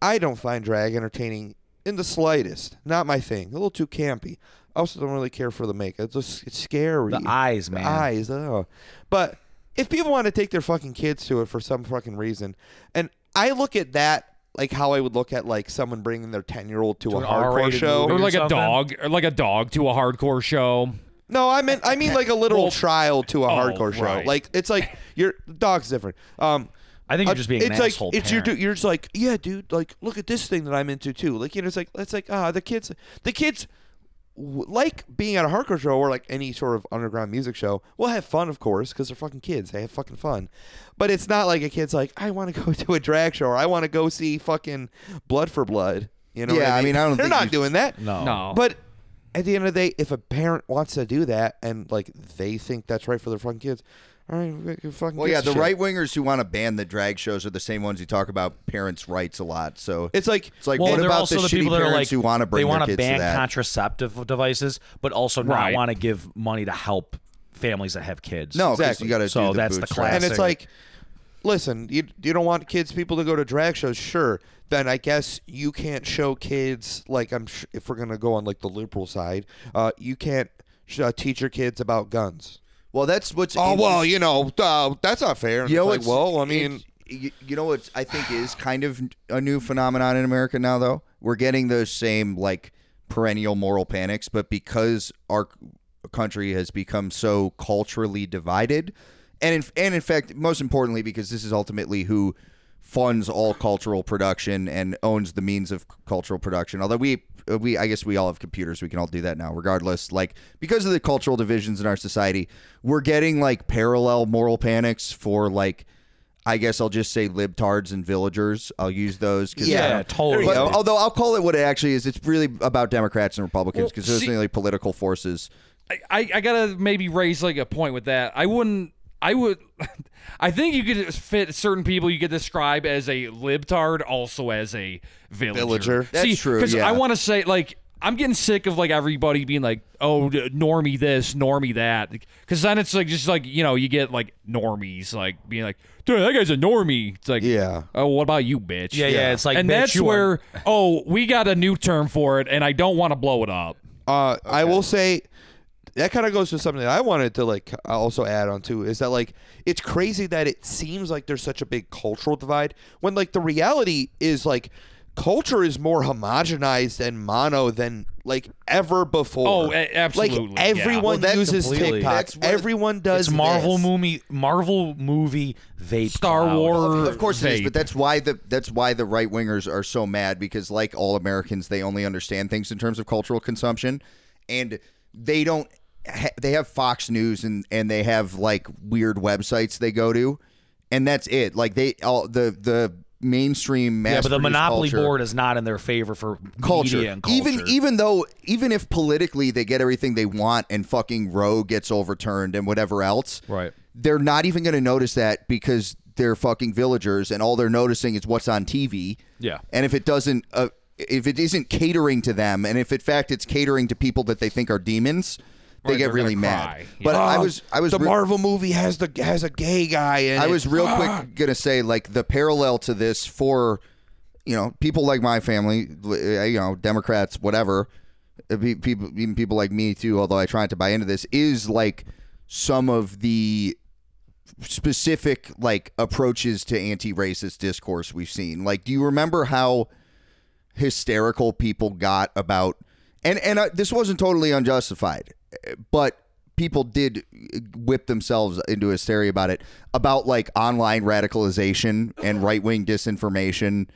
S1: I don't find drag entertaining in the slightest. Not my thing. A little too campy. I also don't really care for the makeup. It's just it's scary.
S3: The eyes, man.
S1: The eyes. Oh. But if people want to take their fucking kids to it for some fucking reason, and I look at that like how I would look at like someone bringing their ten year old to, a
S3: an
S1: hardcore
S3: R-rated
S1: show.
S2: Or
S3: movie.
S2: like a
S3: something?
S2: dog, or like a dog to a hardcore show.
S1: No, I meant I mean like a literal trial
S3: oh,
S1: to a hardcore show.
S2: right.
S1: Like it's like your dog's different. Um,
S3: I think you're
S1: uh,
S3: just being an
S1: it's like
S3: asshole
S1: it's your
S3: parent.
S1: you're just like yeah, dude. Like look at this thing that I'm into too. Like you know, it's like it's like ah, the kids, the kids w- like being at a hardcore show or like any sort of underground music show. We'll have fun, of course, because they're fucking kids. They have fucking fun. But it's not like a kid's like I want to go to a drag show or I want to go see fucking Blood for Blood. You know? what
S4: Yeah, I
S1: I mean,
S4: mean, I don't
S1: They're
S4: think
S1: not
S4: you-
S1: doing that.
S3: No.
S2: No,
S1: But at the end of the day, if a parent wants to do that and like they think that's right for their fucking kids, all right, we got your fucking.
S4: Well,
S1: kids
S4: yeah,
S1: to
S4: the
S1: shit.
S4: right wingers who want to ban the drag shows are the same ones who talk about parents' rights a lot. So
S1: It's like
S4: it's like
S3: Well,
S4: what
S3: they're
S4: about
S3: also
S4: the,
S3: the,
S4: shitty
S3: people that
S4: parents
S3: are like
S4: who want to bring
S3: they
S4: their
S3: wanna
S4: kids
S3: ban
S4: to that?
S3: contraceptive devices, but also not
S2: Right.
S3: want to give money to help families that have kids.
S4: no, 'cause
S1: Exactly.
S4: you got to
S3: So
S4: do the
S3: that's the
S4: bootstrap.
S1: and it's
S3: classic.
S1: like, listen, you you don't want kids people to go to drag shows, sure. Then I guess you can't show kids like I'm sh- if we're gonna go on like the liberal side, uh, you can't sh- uh, teach your kids about guns.
S4: Well, that's what's
S1: Oh well,
S4: interesting.
S1: you know uh, that's not fair. And
S4: You know
S1: it's
S4: what's
S1: like, well, I mean,
S4: you, you know what I think is kind of a new phenomenon in America now, though. We're getting those same like perennial moral panics, but because our country has become so culturally divided, and in, and in fact, most importantly, because this is ultimately who funds all cultural production and owns the means of cultural production. Although we uh, we I guess we all have computers, we can all do that now. Regardless, like because of the cultural divisions in our society, we're getting like parallel moral panics for like I guess I'll just say libtards and villagers. I'll use those. 'cause I
S3: Yeah,
S4: don't-
S3: totally.
S4: But, although I'll call it what it actually is. It's really about Democrats and Republicans because those
S2: see-
S4: are like political forces.
S2: I, I, I gotta maybe raise like a point with that. I wouldn't. I would. I think you could fit certain people you could describe as a libtard, also as a villager.
S1: Villager.
S4: That's true,
S2: Because
S4: yeah.
S2: I want to say like I'm getting sick of like everybody being like, oh, d- normie this, normie that, because then it's like just like you know you get like normies like being like, dude, that guy's a normie. It's like,
S1: Yeah.
S2: oh, what about you, bitch?
S3: Yeah, yeah, Yeah. it's like,
S2: and
S3: bitch,
S2: that's
S3: you
S2: where
S3: are-
S2: oh, we got a new term for it, and I don't want to blow it up.
S1: Uh, I will say that kind of goes to something that I wanted to like also add on to is that like it's crazy that it seems like there's such a big cultural divide when like the reality is like culture is more homogenized and mono than like ever before.
S2: Oh, a- absolutely,
S1: Like
S2: yeah.
S1: everyone
S3: Well, that
S1: uses
S3: completely-
S1: TikTok.
S4: That's what-
S1: Everyone does
S3: It's Marvel
S1: this.
S3: movie, Marvel movie vape.
S2: Star
S3: cloud.
S2: Wars.
S4: Of, of course it is,
S2: vape.
S4: but that's why the that's why the right wingers are so mad because like all Americans, they only understand things in terms of cultural consumption, and they don't. Ha- they have Fox News and and they have like weird websites they go to, and that's it. Like they all the the mainstream
S3: Yeah, but the
S4: mass-produced
S3: monopoly
S4: culture-
S3: board is not in their favor for
S4: culture.
S3: media and culture.
S4: Even even though even if politically they get everything they want and fucking Roe gets overturned and whatever else,
S3: Right.
S4: They're not even going to notice that because they're fucking villagers and all they're noticing is what's on TV.
S2: Yeah.
S4: And if it doesn't uh, if it isn't catering to them and if in fact it's catering to people that they think are demons, they
S2: Right,
S4: get
S2: they're
S4: really
S2: gonna
S4: mad.
S2: cry.
S4: But I
S1: Uh,
S4: was I was
S1: the
S4: re-
S1: Marvel movie has the has a gay guy in
S4: I
S1: it.
S4: was real quick gonna say like the parallel to this for you know people like my family, uh, you know Democrats, whatever, uh, pe- people even people like me too. Although I try not to buy into this, is like some of the specific like approaches to anti-racist discourse we've seen. Like, do you remember how? hysterical people got about and and uh, this wasn't totally unjustified eh, but people did whip themselves into hysteria about it about like online radicalization and right-wing disinformation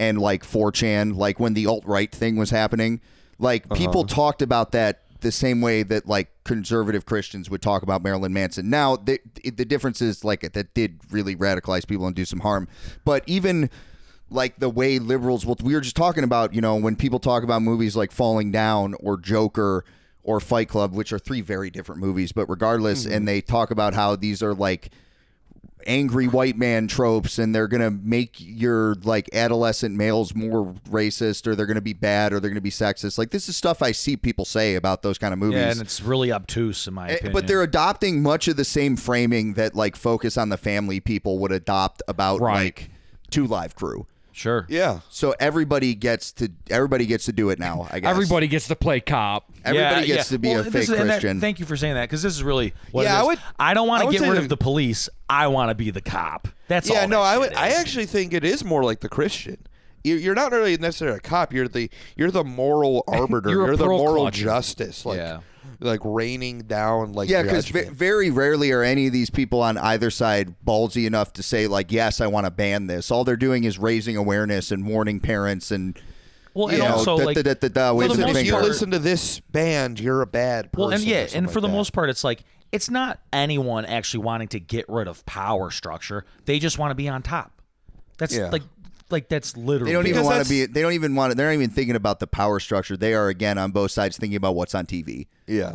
S4: and like 4chan like when the alt-right thing was happening like people talked about that the same way that like conservative Christians would talk about Marilyn Manson. Now the the difference is like that did really radicalize people and do some harm. But even like the way liberals well, we were just talking about you know when people talk about movies like falling down or joker or fight club which are three very different movies but regardless
S3: Mm-hmm.
S4: and they talk about how these are like angry white man tropes and they're going to make your like adolescent males more racist or they're going to be bad or they're going to be sexist like this is stuff i see people say about those kind of movies
S3: yeah, and it's really obtuse in my
S4: Eh,
S3: opinion.
S4: But they're adopting much of the same framing that like focus on the family people would adopt about
S2: Right.
S4: like two live crew.
S3: sure.
S1: yeah.
S4: So everybody gets to everybody gets to do it now. I guess
S2: Everybody gets to play cop.
S4: everybody
S3: Yeah,
S4: gets
S3: yeah.
S4: to be
S3: Well,
S4: a
S3: this
S4: fake
S3: is- and that-
S4: Christian.
S3: thank you for saying that because this is really what
S1: Yeah,
S3: it
S1: I
S3: is.
S1: would-
S3: I don't want
S1: I
S3: to
S1: would
S3: get
S1: say
S3: rid
S1: that-
S3: of the police. I want to be the cop. That's
S1: yeah,
S3: all.
S1: no,
S3: that
S1: I
S3: shit
S1: would. I
S3: is.
S1: actually think it is more like the Christian. You- You're not really necessarily a cop. You're the you're the moral arbiter.
S2: You're a
S1: the
S2: pearl
S1: moral
S2: clutcher.
S1: justice, like
S3: Yeah.
S1: like raining down, like
S4: yeah, because
S1: judgment.
S4: very rarely are any of these people on either side ballsy enough to say like, "Yes, I want to ban this." All they're doing is raising awareness and warning parents, and
S3: Well,
S4: you
S3: and
S4: know,
S3: also
S4: da,
S3: like
S4: da, da, da, da,
S1: for
S4: waves
S1: the
S4: of the
S1: most
S4: finger.
S1: you listen to this band, you're a bad person.
S3: Well, and
S1: or
S3: yeah,
S1: something
S3: and for
S1: like
S3: the
S1: that.
S3: most part, it's like it's not anyone actually wanting to get rid of power structure. They just want to be on top. That's
S1: Yeah.
S3: like, like that's literally.
S4: They don't even
S1: Because
S4: want to
S1: that's-
S4: be. They don't even want. to They're not even thinking about the power structure. They are again on both sides thinking about what's on TV.
S1: Yeah,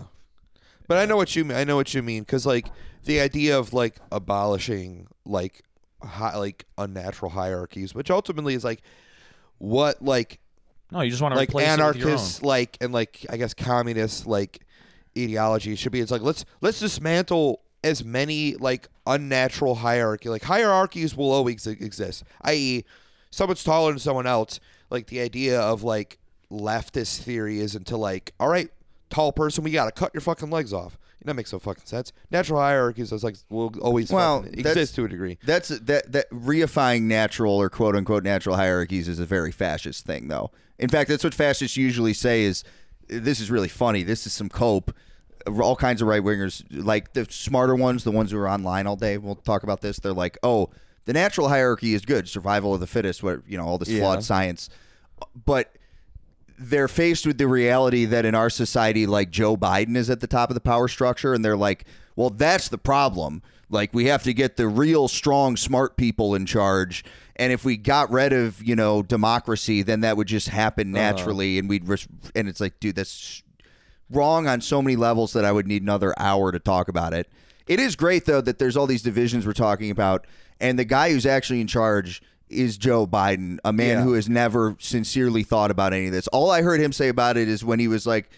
S1: but I know what you mean. I know what you mean because like the idea of like abolishing like hi- like unnatural hierarchies, which ultimately is like what like
S3: No, you just want to
S1: like
S3: replace
S1: anarchists
S3: It with your own.
S1: like and like i guess communist like ideology should be it's like let's let's dismantle as many like unnatural hierarchy like hierarchies will always e- exist i.e someone's taller than someone else like the idea of like leftist theory is into like all right tall person we gotta cut your fucking legs off that makes no fucking sense natural hierarchies is like will always well
S4: Well, that's-
S1: exist to a degree
S4: That's that that reifying natural or quote unquote natural hierarchies is a very fascist thing, though. In fact, that's what fascists usually say. Is this is really funny? This is some cope. All kinds of right wingers, like the smarter ones, the ones who are online all day. We'll talk about this. They're like, oh, the natural hierarchy is good, survival of the fittest. What you know, all this flawed science, but they're faced with the reality that in our society, like Joe Biden is at the top of the power structure, and they're like, well, that's the problem. Like, we have to get the real strong, smart people in charge. And if we got rid of, you know, democracy, then that would just happen naturally. And we'd, res- and it's like, dude, that's wrong on so many levels that I would need another hour to talk about it. It is great though that there's all these divisions we're talking about, and the guy who's actually in charge is Joe Biden, a man
S3: Yeah.
S4: who has never sincerely thought about any of this. All I heard him say about it is when he was like,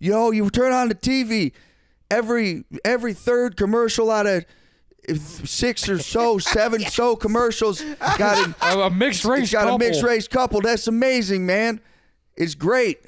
S4: "Yo, you turn on the TV, every every third commercial out of six or so, seven so commercials got a,
S2: A, a mixed race.
S4: it's got
S2: couple.
S4: a mixed race couple. That's amazing, man. It's great.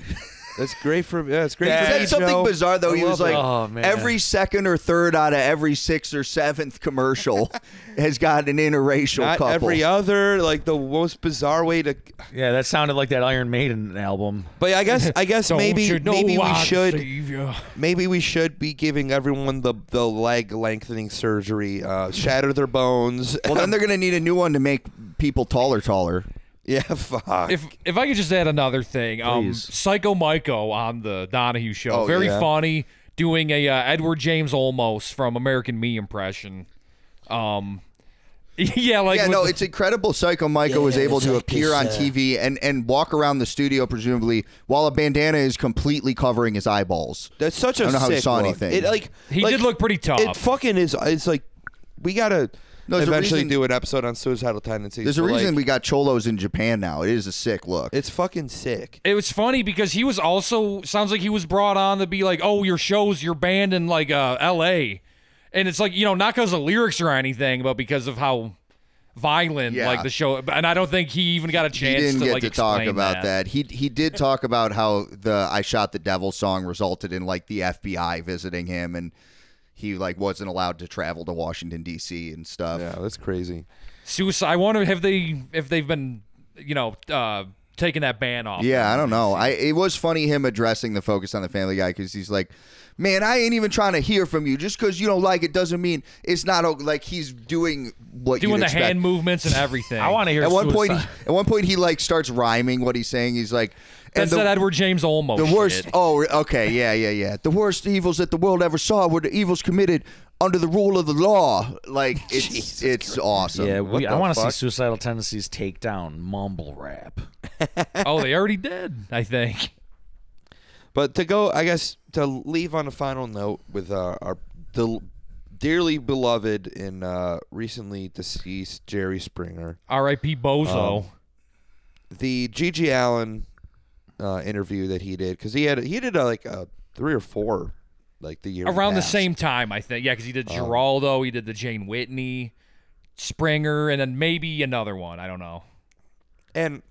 S1: That's great for yeah, it's great
S4: He
S1: for
S4: said
S1: me,
S4: something
S1: Joe.
S4: bizarre though.
S1: I
S4: he was
S1: love
S4: like,
S1: it.
S3: Oh, man.
S4: every second or third out of every sixth or seventh commercial has got an interracial
S1: not
S4: couple.
S1: every other like the most bizarre way to.
S3: Yeah, that sounded like that Iron Maiden album.
S1: But I guess I guess
S2: Don't
S1: maybe
S2: you know
S1: maybe we
S2: I'm
S1: should
S2: Savior?
S1: maybe we should be giving everyone the the leg lengthening surgery, uh, shatter their bones.
S4: well, then they're gonna need a new one to make people taller, taller.
S1: yeah, fuck.
S2: If if I could just add another thing, um,
S3: Please.
S2: Psycho Michael on the Donahue show,
S1: Oh,
S2: very
S1: yeah.
S2: funny, doing a uh, Edward James Olmos from American Me impression. Um, yeah, like
S4: yeah,
S2: with
S4: no,
S2: the-
S4: it's incredible. Psycho Michael was able to appear on TV and and walk around the studio, presumably, while a bandana is completely covering his eyeballs.
S1: That's such a
S4: I don't know how he
S1: sick
S4: saw
S1: look.
S4: anything.
S1: It like
S2: He
S1: like,
S2: did look pretty tough.
S1: It fucking is. It's like we gotta
S4: No, there's a
S1: eventually
S4: reason-
S1: do an episode on suicidal tendencies.
S4: There's a
S1: but,
S4: reason
S1: like,
S4: we got cholos in Japan now. It is a sick look.
S1: It's fucking sick.
S2: it was funny because he was also sounds like he was brought on to be like, oh, your show's your band in like uh, L.A., and it's like you know not because of lyrics or anything, but because of how violent
S4: Yeah.
S2: like the show. And I don't think he even got a
S4: he
S2: chance
S4: didn't
S2: to
S4: get
S2: like
S4: to talk
S2: explain
S4: about that. He he did talk about how the "I Shot the Devil" song resulted in like the FBI visiting him, and he like wasn't allowed to travel to Washington D.C. and stuff.
S1: Yeah, Oh, that's crazy.
S2: suicide. I wonder if they if they've been you know uh taking that ban off.
S4: Yeah, I don't know. I it was funny him addressing the focus on the Family Guy because he's like, "Man, I ain't even trying to hear from you. Just because you don't like it doesn't mean it's not o-" like he's doing what
S2: doing
S4: you'd
S2: the
S4: expect.
S2: hand movements and everything.
S3: I want to hear
S4: At one point, he,
S3: suicide.
S4: at one point, he like starts rhyming what he's saying. He's like, and
S2: That's
S4: the-
S2: that Edward James Olmos.
S4: The worst.
S2: shit.
S4: Oh, okay. Yeah, yeah, yeah. The worst evils that the world ever saw were the evils committed under the rule of the law. Like it's it's awesome.
S3: yeah,
S1: What
S3: we, I
S1: the
S3: want to see
S1: fuck?
S3: suicidal tendencies take down mumble rap.
S2: oh, they already did. I think.
S1: But to go, I guess to leave on a final note with uh, our del- dearly beloved and uh, recently deceased Jerry Springer.
S2: R.I.P. Bozo.
S4: Um,
S1: the Gigi Allen uh, interview that he did because he had he did uh, like uh, three or four like the year
S2: Around the
S1: past.
S2: same time, I think. Yeah, because he did
S1: Oh.
S2: Geraldo, he did the Jane Whitney, Springer, and then maybe another one. I don't know.
S1: and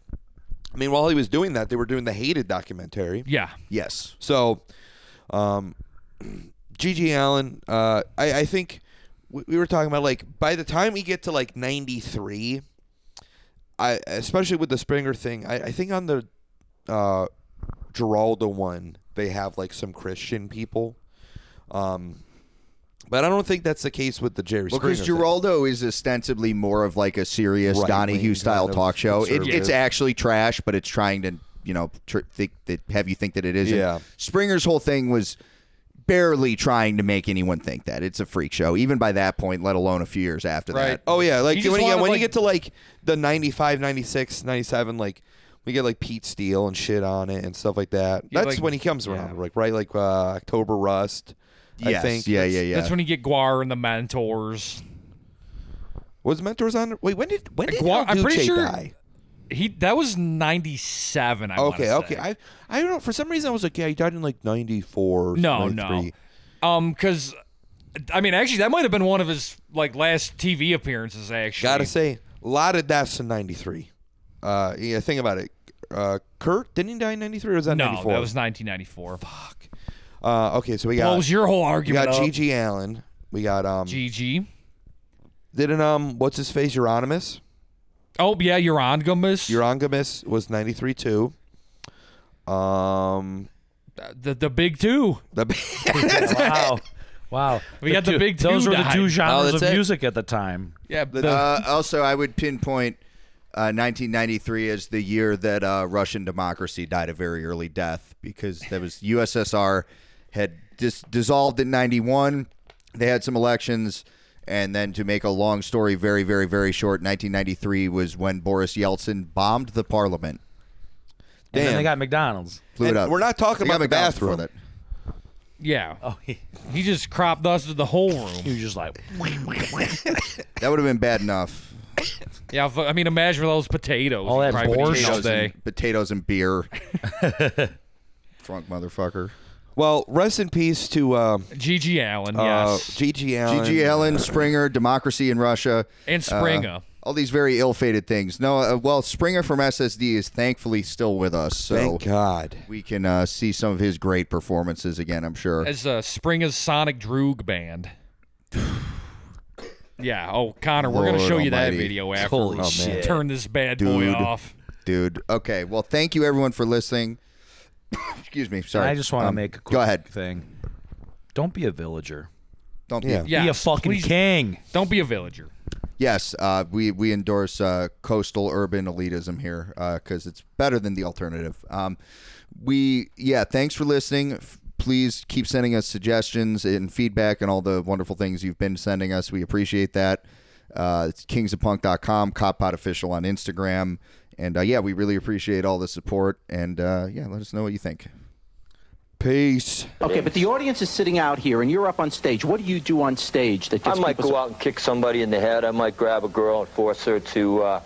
S1: I mean while he was doing that they were doing the hated documentary
S2: Yeah.
S4: Yes.
S1: so um Gigi Allen uh I I think we, we were talking about like by the time we get to like 93 I especially with the Springer thing I, I think on the uh Geraldo one they have like some Christian people um but I don't think that's the case with the Jerry
S4: Well,
S1: Springer
S4: because
S1: thing.
S4: Geraldo is ostensibly more of like a serious
S1: Right-wing
S4: Donahue style
S1: kind of
S4: talk show. It,
S1: conservative.
S4: it's actually trash, but it's trying to you know tr- think that have you think that it isn't.
S1: Yeah.
S4: Springer's whole thing was barely trying to make anyone think that it's a freak show, even by that point, let alone a few years after
S2: Right.
S4: that.
S1: Oh yeah, like
S2: You just
S1: when, you,
S2: wanted,
S1: when
S2: like-
S1: you get to like the 95, 96, 97 like we get like Pete Steele and shit on it and stuff like that.
S2: Yeah,
S1: That's
S2: like-
S1: when he comes around, like right like uh, October Rust. I
S4: Yes,
S1: think.
S4: yeah,
S1: That's-
S4: yeah, yeah.
S2: That's when you get Guar and the Mentors.
S1: Was Mentors on? Wait, when did when did
S2: Gua-
S1: Al
S2: I'm pretty
S1: Duce
S2: sure-
S1: die?
S2: He that was ninety seven. I wanna
S1: Okay,
S2: say.
S1: okay. I I don't know. For some reason, I was like, yeah, he died in like ninety four.
S2: No, no. Um, because I mean, actually, that might have been one of his like last TV appearances. Actually,
S1: Gotta say, a lot of deaths in ninety three. Uh, yeah, think about it. Uh, Kurt didn't he die in ninety three or was that
S2: no,
S1: ninety four?
S2: that was nineteen ninety four.
S1: Uh, okay, so we got
S2: What was your whole
S1: we
S2: argument?
S1: got
S2: up?
S1: G.G. Allen. We got um
S2: GG.
S1: Didn't um, what's his face, Euronymous?
S2: Oh yeah, Euronymous.
S1: Euronymous was ninety three two. Um,
S2: the the big two.
S1: the
S3: Wow. Wow.
S2: We got the
S3: two-
S2: big two
S3: Those were the
S2: died.
S3: two genres
S1: Oh, that's
S3: of
S1: it.
S3: music at the time.
S2: Yeah, the,
S4: Uh, also, I would pinpoint uh, 1993 as the year that uh, Russian democracy died a very early death because that was USSR had dis- dissolved in 91. They had some elections. And then to make a long story very, very, very short, 1993 was when Boris Yeltsin bombed the parliament.
S3: And then
S1: Damn.
S3: they got McDonald's.
S4: Blew
S1: And
S4: it up.
S1: we're not talking
S4: They got
S1: about the
S4: McDonald's for
S1: bathroom.
S4: that.
S2: yeah.
S3: Oh, he,
S2: He just crop dusted the whole room.
S3: he was just like,
S4: That would have been bad enough.
S2: Yeah, fu- I mean, imagine all those potatoes.
S3: All
S2: You'd
S3: that
S2: probably been eating all
S4: Potatoes
S2: day.
S4: and, potatoes and beer. Drunk motherfucker.
S1: Well, rest in peace to um,
S2: G.G. Allen,
S1: uh,
S2: yes,
S1: G.G. Allen.
S4: G.G. Allen, Springer, Democracy in Russia. uh,
S2: and Springer.
S4: All these very ill-fated things. No, uh, well, Springer from SSD is thankfully still with us, so
S1: Thank God.
S4: we can uh, see some of his great performances again. I'm sure.
S2: as uh, Springer's Sonic Droog band. yeah. Oh, Connor, we're gonna
S4: Lord
S2: show you that
S4: almighty.
S2: video after.
S3: Holy
S2: we
S3: shit.
S2: Turn this bad
S4: Dude.
S2: boy off.
S4: dude. Okay. Well, thank you everyone for listening. Excuse me. Sorry.
S3: I just want to
S4: Um,
S3: make a quick
S4: go ahead.
S3: thing. Don't be a villager.
S4: Don't
S1: Yeah.
S4: be.
S2: Yeah.
S3: be a fucking
S2: please
S3: king.
S2: Don't be a villager.
S4: Yes, uh, we we endorse uh, coastal urban elitism here because it's better than the alternative. Um, we yeah, thanks for listening. F- please keep sending us suggestions and feedback and all the wonderful things you've been sending us. We appreciate that. Uh, it's kingsofpunk.com, Coppot official on Instagram, and uh, yeah, we really appreciate all the support. And uh, yeah, let us know what you think.
S1: Peace.
S6: Okay, but the audience is sitting out here, and you're up on stage. What do you do on stage that
S8: I
S6: gets
S8: might
S6: people?
S8: go out and kick somebody in the head. I might grab a girl and force her to uh,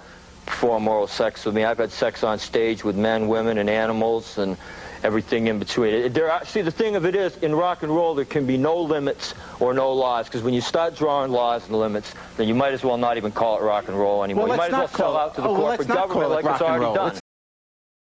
S8: perform oral sex with me. I've had sex on stage with men, women, and animals, and everything in between. It- There are, see, the thing of it is, in rock and roll, there can be no limits or no laws, because when you start drawing laws and limits, then you might as well not even call it rock and roll anymore.
S6: Well,
S8: you
S6: let's
S8: might as
S6: not
S8: well sell
S6: call it-
S8: out to the
S6: oh, well, let's
S8: corporate
S6: not call
S8: government
S6: it
S8: like
S6: rock
S8: it's
S6: and
S8: already
S6: roll.
S8: done.
S6: Let's